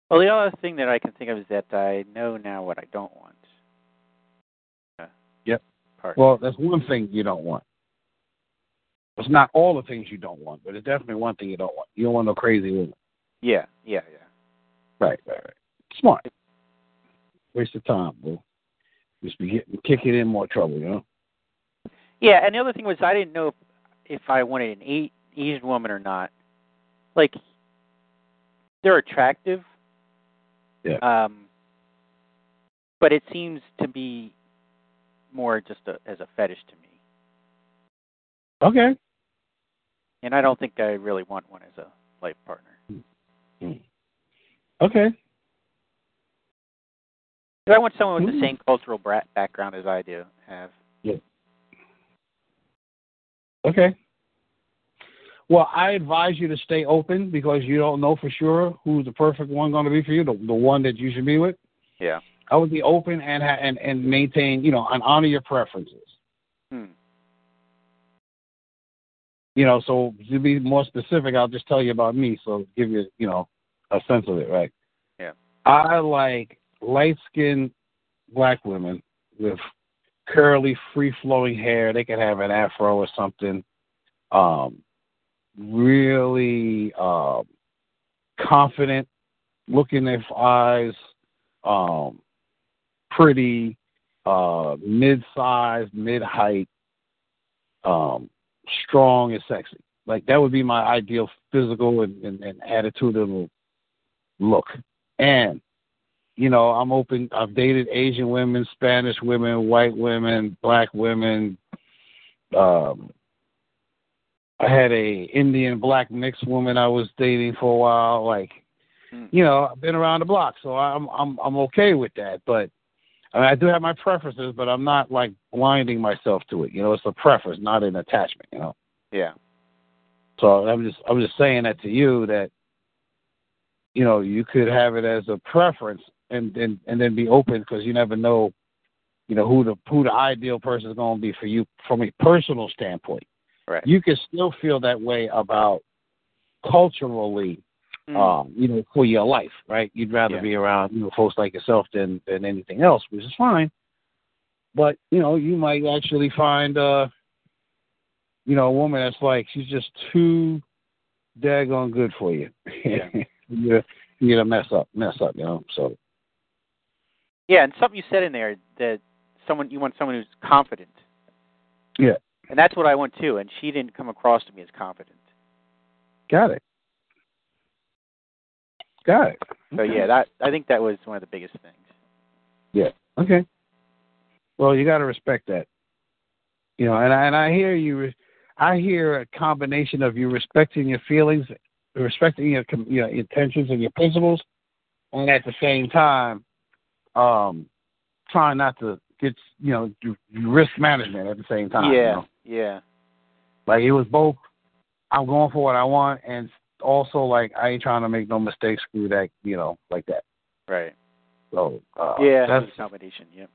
[SPEAKER 4] Well, the other thing that I can think of is that I know now what I don't want. Uh,
[SPEAKER 3] Yep.
[SPEAKER 4] Part.
[SPEAKER 3] Well, that's one thing you don't want. It's not all the things you don't want, but it's definitely one thing you don't want. You don't want no crazy woman.
[SPEAKER 4] yeah, yeah, yeah.
[SPEAKER 3] Right. Right. Right. Smart. Waste of time, boo. Just be getting kicking in more trouble, you know.
[SPEAKER 4] Yeah, and the other thing was I didn't know if, if I wanted an eight, Asian woman or not. Like, they're attractive.
[SPEAKER 3] Yeah.
[SPEAKER 4] Um, but it seems to be more just a, as a fetish to me.
[SPEAKER 3] Okay.
[SPEAKER 4] And I don't think I really want one as a life partner.
[SPEAKER 3] Mm. Okay.
[SPEAKER 4] Because I want someone with the
[SPEAKER 3] Hmm.
[SPEAKER 4] same cultural bra- background as I do have.
[SPEAKER 3] Okay. Well, I advise you to stay open because you don't know for sure who's the perfect one going to be for you, the, the one that you should be with.
[SPEAKER 4] Yeah.
[SPEAKER 3] I would be open and ha- and and maintain, you know, and honor your preferences.
[SPEAKER 4] Hmm.
[SPEAKER 3] You know, so to be more specific, I'll just tell you about me. So give you, you know, a sense of it, right?
[SPEAKER 4] Yeah.
[SPEAKER 3] I like light skinned black women with curly, free flowing hair. They can have an afro or something. Um, really um, confident, look in their eyes, um, pretty, uh, mid size, mid height, um, strong and sexy. Like that would be my ideal physical and, and, and attitudinal look. And you know, I'm open. I've dated Asian women, Spanish women, white women, black women. Um, I had a Indian black mixed woman I was dating for a while. Like,
[SPEAKER 4] Hmm.
[SPEAKER 3] you know, I've been around the block, so I'm I'm I'm okay with that. But I mean, I do have my preferences, but I'm not like blinding myself to it. You know, it's a preference, not an attachment. You know.
[SPEAKER 4] Yeah.
[SPEAKER 3] So I'm just I'm just saying that to you that you know you could have it as a preference and and, and then be open because you never know you know who the who the ideal person is going to be for you from a personal standpoint.
[SPEAKER 4] Right.
[SPEAKER 3] You can still feel that way about culturally,
[SPEAKER 4] Hmm.
[SPEAKER 3] um, you know, for your life, right? You'd rather
[SPEAKER 4] Yeah.
[SPEAKER 3] be around you know folks like yourself than than anything else, which is fine. But you know, you might actually find uh, you know, a woman that's like she's just too daggone good for you.
[SPEAKER 4] Yeah.
[SPEAKER 3] *laughs* you're you're gonna mess up, mess up, you know. So
[SPEAKER 4] yeah, and something you said in there that someone you want someone who's confident.
[SPEAKER 3] Yeah.
[SPEAKER 4] And that's what I want too. And she didn't come across to me as confident.
[SPEAKER 3] got it. Got it.
[SPEAKER 4] So yeah, that I think that was one of the biggest things.
[SPEAKER 3] Yeah. Okay. Well, you got to respect that. You know, and I, and I hear you. re- I hear a combination of you respecting your feelings, respecting your com- your intentions and your principles, and at the same time, um, trying not to get you know do- do risk management at the same time. you
[SPEAKER 4] yeah,
[SPEAKER 3] know?
[SPEAKER 4] yeah,
[SPEAKER 3] Like it was both. I'm going for what I want, and also like I ain't trying to make no mistakes. Screw that. You know, like that.
[SPEAKER 4] right.
[SPEAKER 3] So uh,
[SPEAKER 4] yeah,
[SPEAKER 3] that's
[SPEAKER 4] combination. Yep.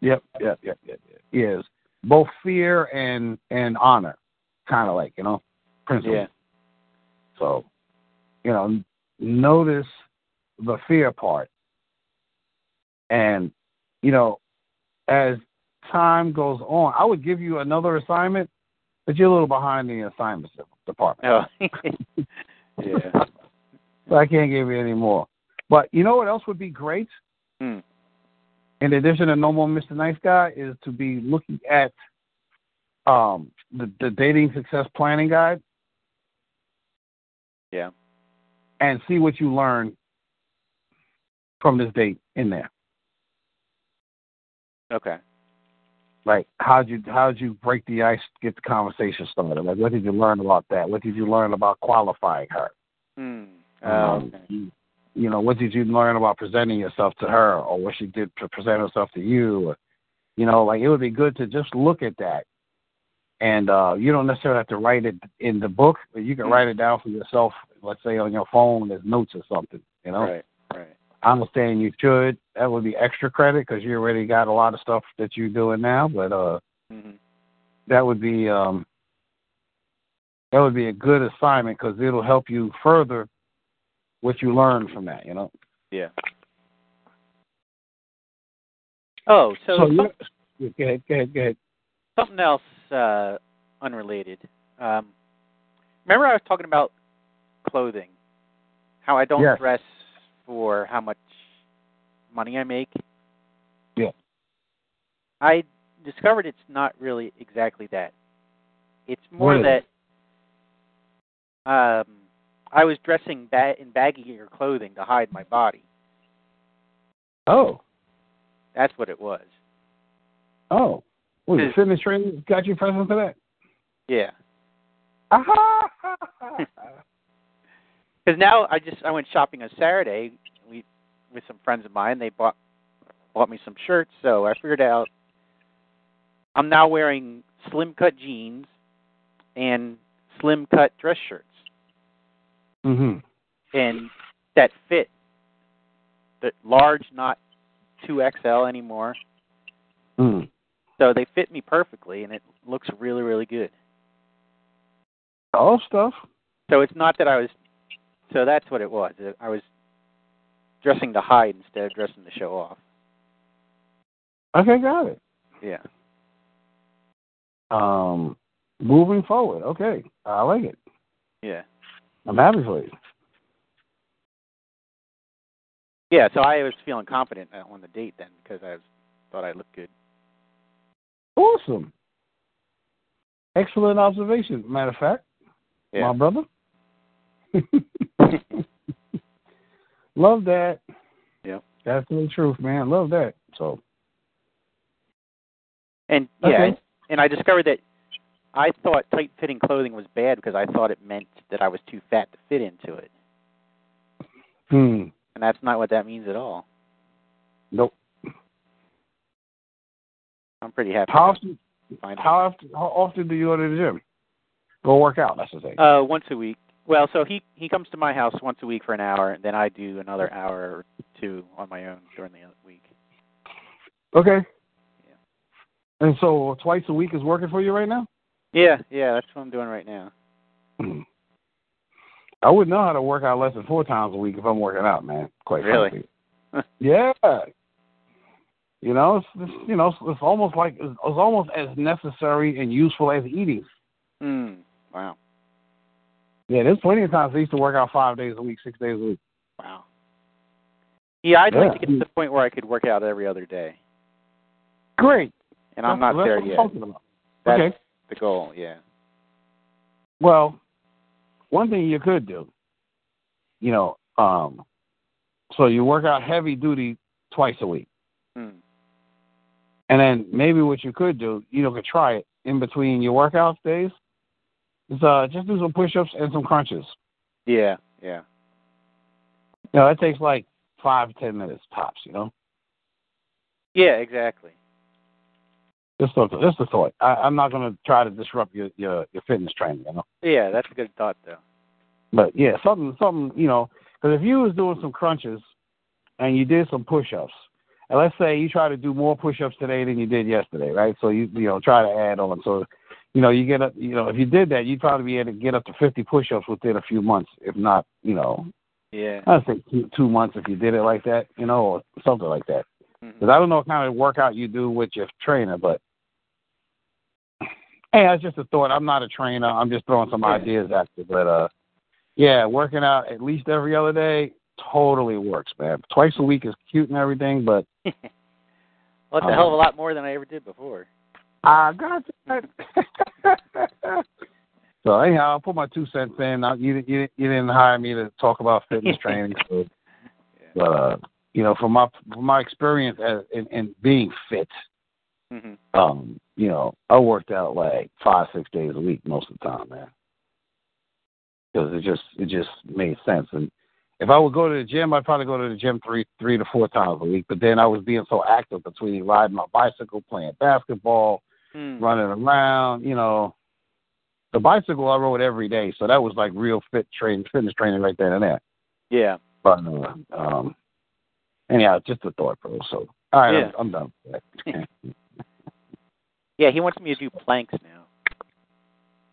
[SPEAKER 3] Yep, yep, yep, yep, yep. Yes, both fear and and honor, kind of like you know, principle.
[SPEAKER 4] Yeah,
[SPEAKER 3] So, you know, notice the fear part, and you know, as time goes on, I would give you another assignment, but you're a little behind in the assignments department,
[SPEAKER 4] no. Oh. *laughs* yeah.
[SPEAKER 3] *laughs* so I can't give you any more. But you know what else would be great?
[SPEAKER 4] Hmm.
[SPEAKER 3] in addition to no more Mr. Nice Guy, is to be looking at um, the, the dating success planning guide
[SPEAKER 4] Yeah.
[SPEAKER 3] and see what you learn from this date in there.
[SPEAKER 4] Okay.
[SPEAKER 3] Like how'd you how'd you break the ice, get the conversation started? Like what did you learn about that? What did you learn about qualifying her?
[SPEAKER 4] Hmm. Oh,
[SPEAKER 3] Um,
[SPEAKER 4] okay.
[SPEAKER 3] You know, what did you learn about presenting yourself to her, or what she did to present herself to you? Or, you know, like it would be good to just look at that, and uh, you don't necessarily have to write it in the book, but you can
[SPEAKER 4] Mm.
[SPEAKER 3] write it down for yourself. Let's say on your phone as notes or something. You know,
[SPEAKER 4] Right. Right.
[SPEAKER 3] I'm not saying you should. That would be extra credit because you already got a lot of stuff that you're doing now, but uh,
[SPEAKER 4] hmm
[SPEAKER 3] that would be um, that would be a good assignment because it'll help you further what you learn from that. You know.
[SPEAKER 4] Yeah. Oh, so,
[SPEAKER 3] So
[SPEAKER 4] some-
[SPEAKER 3] you yeah, go ahead, go ahead, go ahead.
[SPEAKER 4] something else uh, unrelated. Um, remember, I was talking about clothing, how I don't
[SPEAKER 3] Yes.
[SPEAKER 4] dress for how much money I make.
[SPEAKER 3] Yeah.
[SPEAKER 4] I discovered it's not really exactly that. It's more
[SPEAKER 3] What is it?
[SPEAKER 4] that um, I was dressing ba- in baggier clothing to hide my body.
[SPEAKER 3] Oh,
[SPEAKER 4] That's what it was.
[SPEAKER 3] oh. Was
[SPEAKER 4] Hmm.
[SPEAKER 3] it fitness training got you present for that?
[SPEAKER 4] Yeah.
[SPEAKER 3] Aha!
[SPEAKER 4] Because now I just I went shopping on Saturday. We with some friends of mine. They bought bought me some shirts, so I figured out I'm now wearing slim cut jeans and slim cut dress shirts,
[SPEAKER 3] mhm.
[SPEAKER 4] and that fit the large, not two XL anymore.
[SPEAKER 3] Mm.
[SPEAKER 4] So they fit me perfectly, and it looks really really good.
[SPEAKER 3] All stuff.
[SPEAKER 4] So it's not that I was. So that's what it was. I was dressing to hide instead of dressing to show off.
[SPEAKER 3] Okay, got it.
[SPEAKER 4] Yeah.
[SPEAKER 3] Um, moving forward. Okay, I like it.
[SPEAKER 4] Yeah.
[SPEAKER 3] I'm happy for you.
[SPEAKER 4] Yeah, so I was feeling confident uh, on the date then because I was, thought I looked good.
[SPEAKER 3] Awesome. Excellent observation. Matter of fact, my
[SPEAKER 4] Yeah.
[SPEAKER 3] brother. *laughs* Love that.
[SPEAKER 4] Yeah.
[SPEAKER 3] That's the truth, man. Love that. So.
[SPEAKER 4] And yeah,
[SPEAKER 3] Okay.
[SPEAKER 4] and, and I discovered that I thought tight fitting clothing was bad because I thought it meant that I was too fat to fit into it,
[SPEAKER 3] Hmm.
[SPEAKER 4] and that's not what that means at all.
[SPEAKER 3] Nope.
[SPEAKER 4] I'm pretty happy.
[SPEAKER 3] How often?
[SPEAKER 4] to find
[SPEAKER 3] How often? How often do you go to the gym? Go work out. That's the thing.
[SPEAKER 4] Uh, once a week. Well, so he he comes to my house once a week for an hour, and then I do another hour or two on my own during the other week.
[SPEAKER 3] Okay. And so twice a week is working for you right now?
[SPEAKER 4] Yeah, yeah, that's what I'm doing right now.
[SPEAKER 3] I wouldn't know how to work out less than four times a week if I'm working out, man. Quite
[SPEAKER 4] Really?
[SPEAKER 3] frankly. yeah. You know, it's, it's you know, it's, it's almost like it's, it's almost as necessary and useful as eating.
[SPEAKER 4] Hmm. Wow.
[SPEAKER 3] Yeah, there's plenty of times I used to work out five days a week, six days a week.
[SPEAKER 4] Wow. Yeah, I'd like
[SPEAKER 3] Yeah.
[SPEAKER 4] to get to the point where I could work out every other day,
[SPEAKER 3] Great.
[SPEAKER 4] and I'm not
[SPEAKER 3] That's
[SPEAKER 4] there
[SPEAKER 3] what I'm
[SPEAKER 4] yet.
[SPEAKER 3] talking about.
[SPEAKER 4] That's
[SPEAKER 3] okay.
[SPEAKER 4] the goal. Yeah.
[SPEAKER 3] Well, one thing you could do, you know, um, So you work out heavy duty twice a week.
[SPEAKER 4] Hmm.
[SPEAKER 3] And then maybe what you could do, you know, could try it in between your workout days, is uh, just do some push ups and some crunches.
[SPEAKER 4] Yeah, yeah.
[SPEAKER 3] You know, that takes like five, ten minutes tops, you know?
[SPEAKER 4] Yeah, exactly.
[SPEAKER 3] Just a, just a thought. I, I'm not going to try to disrupt your, your, your fitness training, you know?
[SPEAKER 4] Yeah, that's a good thought though.
[SPEAKER 3] But yeah, something, something, you know, because if you was doing some crunches and you did some push-ups, and let's say you try to do more push-ups today than you did yesterday, right? So you, you know, try to add on. So, you know, you get up, you know, if you did that, you'd probably be able to get up to 50 push-ups within a few months, if not, you know,
[SPEAKER 4] Yeah.
[SPEAKER 3] I'd say two, two months if you did it like that, you know, or something like that.
[SPEAKER 4] Mm-hmm.
[SPEAKER 3] Because I don't know what kind of workout you do with your trainer, but hey, that's just a thought. I'm not a trainer. I'm just throwing some
[SPEAKER 4] Yeah.
[SPEAKER 3] ideas at you. But uh, yeah, working out at least every other day totally works, man. Twice a week is cute and everything, but
[SPEAKER 4] *laughs* well, that's a
[SPEAKER 3] Uh-huh.
[SPEAKER 4] hell of a lot more than I ever did before.
[SPEAKER 3] I got that. so anyhow, I'll put my two cents in. I, you, you you didn't hire me to talk about fitness training, so,
[SPEAKER 4] Yeah.
[SPEAKER 3] but uh, you know, from my from my experience as, in, in being fit,
[SPEAKER 4] hmm
[SPEAKER 3] um, you know, I worked out like five, six days a week most of the time, man. Because it just it just made sense. And if I would go to the gym, I'd probably go to the gym three three to four times a week. But then I was being so active between riding my bicycle, playing basketball,
[SPEAKER 4] Hmm.
[SPEAKER 3] running around, you know. The bicycle I rode every day, so that was like real fit training, fitness training right there and there.
[SPEAKER 4] Yeah.
[SPEAKER 3] But uh, um, anyhow, just a thought, bro. So all right,
[SPEAKER 4] Yeah.
[SPEAKER 3] I'm, I'm done. With that.
[SPEAKER 4] Yeah, he wants me to do planks now.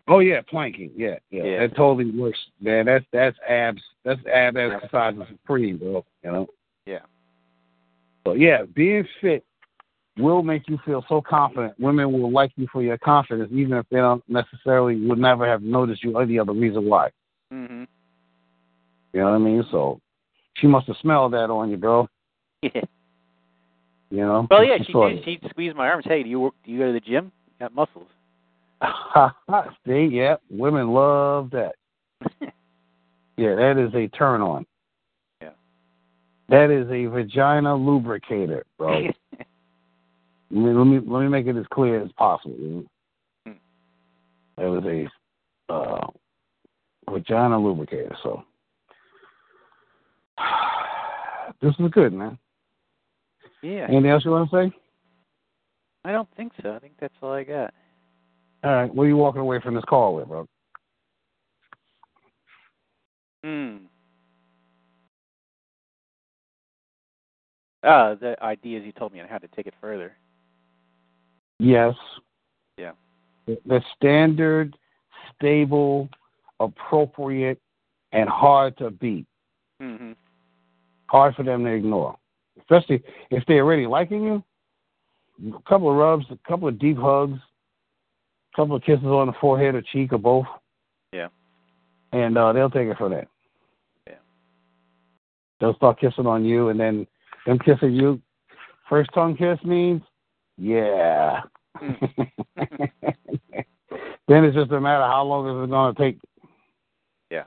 [SPEAKER 3] Oh yeah, planking. Yeah, yeah,
[SPEAKER 4] Yeah.
[SPEAKER 3] That totally works, man. That's that's abs. That's ab exercises supreme, bro. You know.
[SPEAKER 4] Yeah.
[SPEAKER 3] So yeah, being fit will make you feel so confident. Women will like you for your confidence, even if they don't necessarily would never have noticed you or the other reason why.
[SPEAKER 4] hmm
[SPEAKER 3] You know what I mean? So she must have smelled that on you, bro.
[SPEAKER 4] *laughs* Yeah.
[SPEAKER 3] You know.
[SPEAKER 4] Well,
[SPEAKER 3] *laughs*
[SPEAKER 4] yeah, she
[SPEAKER 3] saw
[SPEAKER 4] did.
[SPEAKER 3] it.
[SPEAKER 4] She squeezed my arms. Hey, do you work? Do you go to the gym? You got muscles. *laughs*
[SPEAKER 3] See, yeah, women love that. Yeah, that is a turn on.
[SPEAKER 4] Yeah.
[SPEAKER 3] That is a vagina lubricator, bro. I mean, let me let me make it as clear as possible. dude.
[SPEAKER 4] Hmm.
[SPEAKER 3] That was a uh, vagina lubricator. So *sighs* this is good, man.
[SPEAKER 4] *laughs* yeah.
[SPEAKER 3] Anything else you want to say?
[SPEAKER 4] I don't think so. I think that's all I got.
[SPEAKER 3] All right, what are you walking away from this call with, bro?
[SPEAKER 4] Hmm. Uh, the ideas you told me on how to take it further.
[SPEAKER 3] Yes.
[SPEAKER 4] Yeah.
[SPEAKER 3] The, the standard, stable, appropriate, and hard to beat.
[SPEAKER 4] hmm
[SPEAKER 3] hard for them to ignore, especially if they're already liking you. A couple of rubs, a couple of deep hugs, a couple of kisses on the forehead or cheek or both.
[SPEAKER 4] Yeah.
[SPEAKER 3] And uh, they'll take it for that.
[SPEAKER 4] Yeah.
[SPEAKER 3] They'll start kissing on you, and then them kissing you. First tongue kiss means, yeah.
[SPEAKER 4] Mm.
[SPEAKER 3] *laughs* then it's just a matter of how long is it going to take.
[SPEAKER 4] Yeah.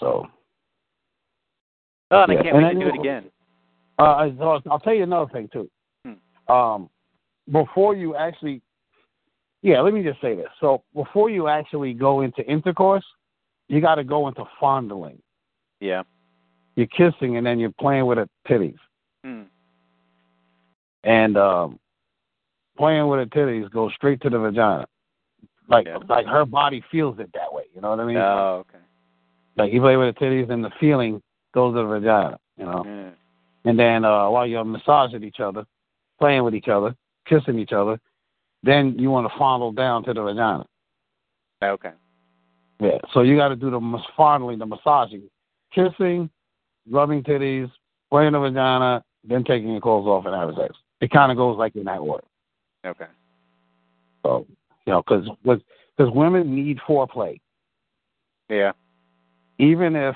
[SPEAKER 3] So.
[SPEAKER 4] Oh, and
[SPEAKER 3] Yeah,
[SPEAKER 4] I can't
[SPEAKER 3] and
[SPEAKER 4] wait
[SPEAKER 3] I
[SPEAKER 4] to do it
[SPEAKER 3] know-
[SPEAKER 4] again.
[SPEAKER 3] Uh, I- I'll, I'll tell you another thing too. Um, before you actually, yeah, let me just say this. So before you actually go into intercourse, you got to go into fondling.
[SPEAKER 4] Yeah.
[SPEAKER 3] You're kissing and then you're playing with her titties,
[SPEAKER 4] Hmm.
[SPEAKER 3] and um, playing with her titties goes straight to the vagina. Like
[SPEAKER 4] Yeah.
[SPEAKER 3] like her body feels it that way. You know what I mean?
[SPEAKER 4] Oh, okay.
[SPEAKER 3] Like you play with the titties and the feeling goes to the vagina. You know.
[SPEAKER 4] Yeah.
[SPEAKER 3] and then uh, while you're massaging each other, playing with each other, kissing each other, then you want to fondle down to the vagina.
[SPEAKER 4] Okay.
[SPEAKER 3] Yeah. So you got to do the mas- fondling, the massaging, kissing, rubbing titties, playing the vagina, then taking your clothes off and having sex. It kind of goes like in that order.
[SPEAKER 4] Okay.
[SPEAKER 3] So you know, because because women need foreplay, *laughs*
[SPEAKER 4] Yeah.
[SPEAKER 3] even if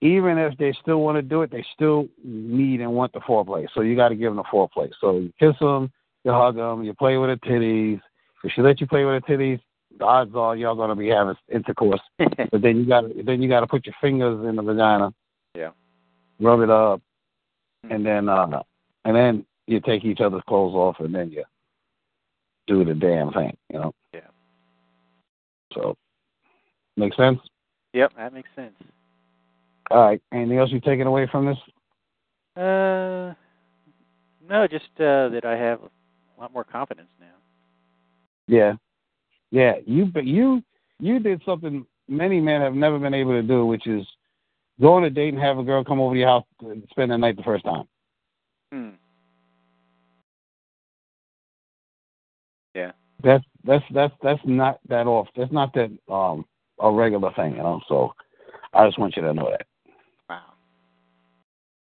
[SPEAKER 3] even if they still want to do it, they still need and want the foreplay. So you got to give them the foreplay. So you kiss them, you hug them, you play with her titties. If she lets you play with her titties, the odds are y'all gonna be
[SPEAKER 4] Hmm.
[SPEAKER 3] having intercourse. But then you got to then you got to put your fingers in the vagina.
[SPEAKER 4] Yeah. Mm.
[SPEAKER 3] rub it up, and then uh, and then you take each other's clothes off, and then you do the damn thing, you know.
[SPEAKER 4] Yeah.
[SPEAKER 3] So, make sense.
[SPEAKER 4] Yep, that makes sense.
[SPEAKER 3] All right. Anything else you've taken away from this?
[SPEAKER 4] Uh, no, just uh, that I have a lot more confidence now.
[SPEAKER 3] Yeah, yeah. You but you you did something many men have never been able to do, which is go on a date and have a girl come over to your house and spend the night the first time.
[SPEAKER 4] Hmm. Yeah.
[SPEAKER 3] That's that's that's that's not that off. That's not that um a regular thing, you know. So I just want you to know that.
[SPEAKER 4] Wow.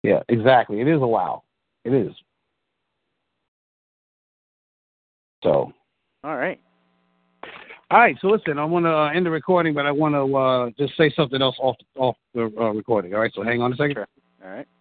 [SPEAKER 3] Yeah, exactly. It is a wow. It is. So.
[SPEAKER 4] All right.
[SPEAKER 3] All right, so listen, I want to uh, end the recording, but I want to uh, just say something else off off the uh, recording. All right, so hang on a second.
[SPEAKER 4] Sure. All right.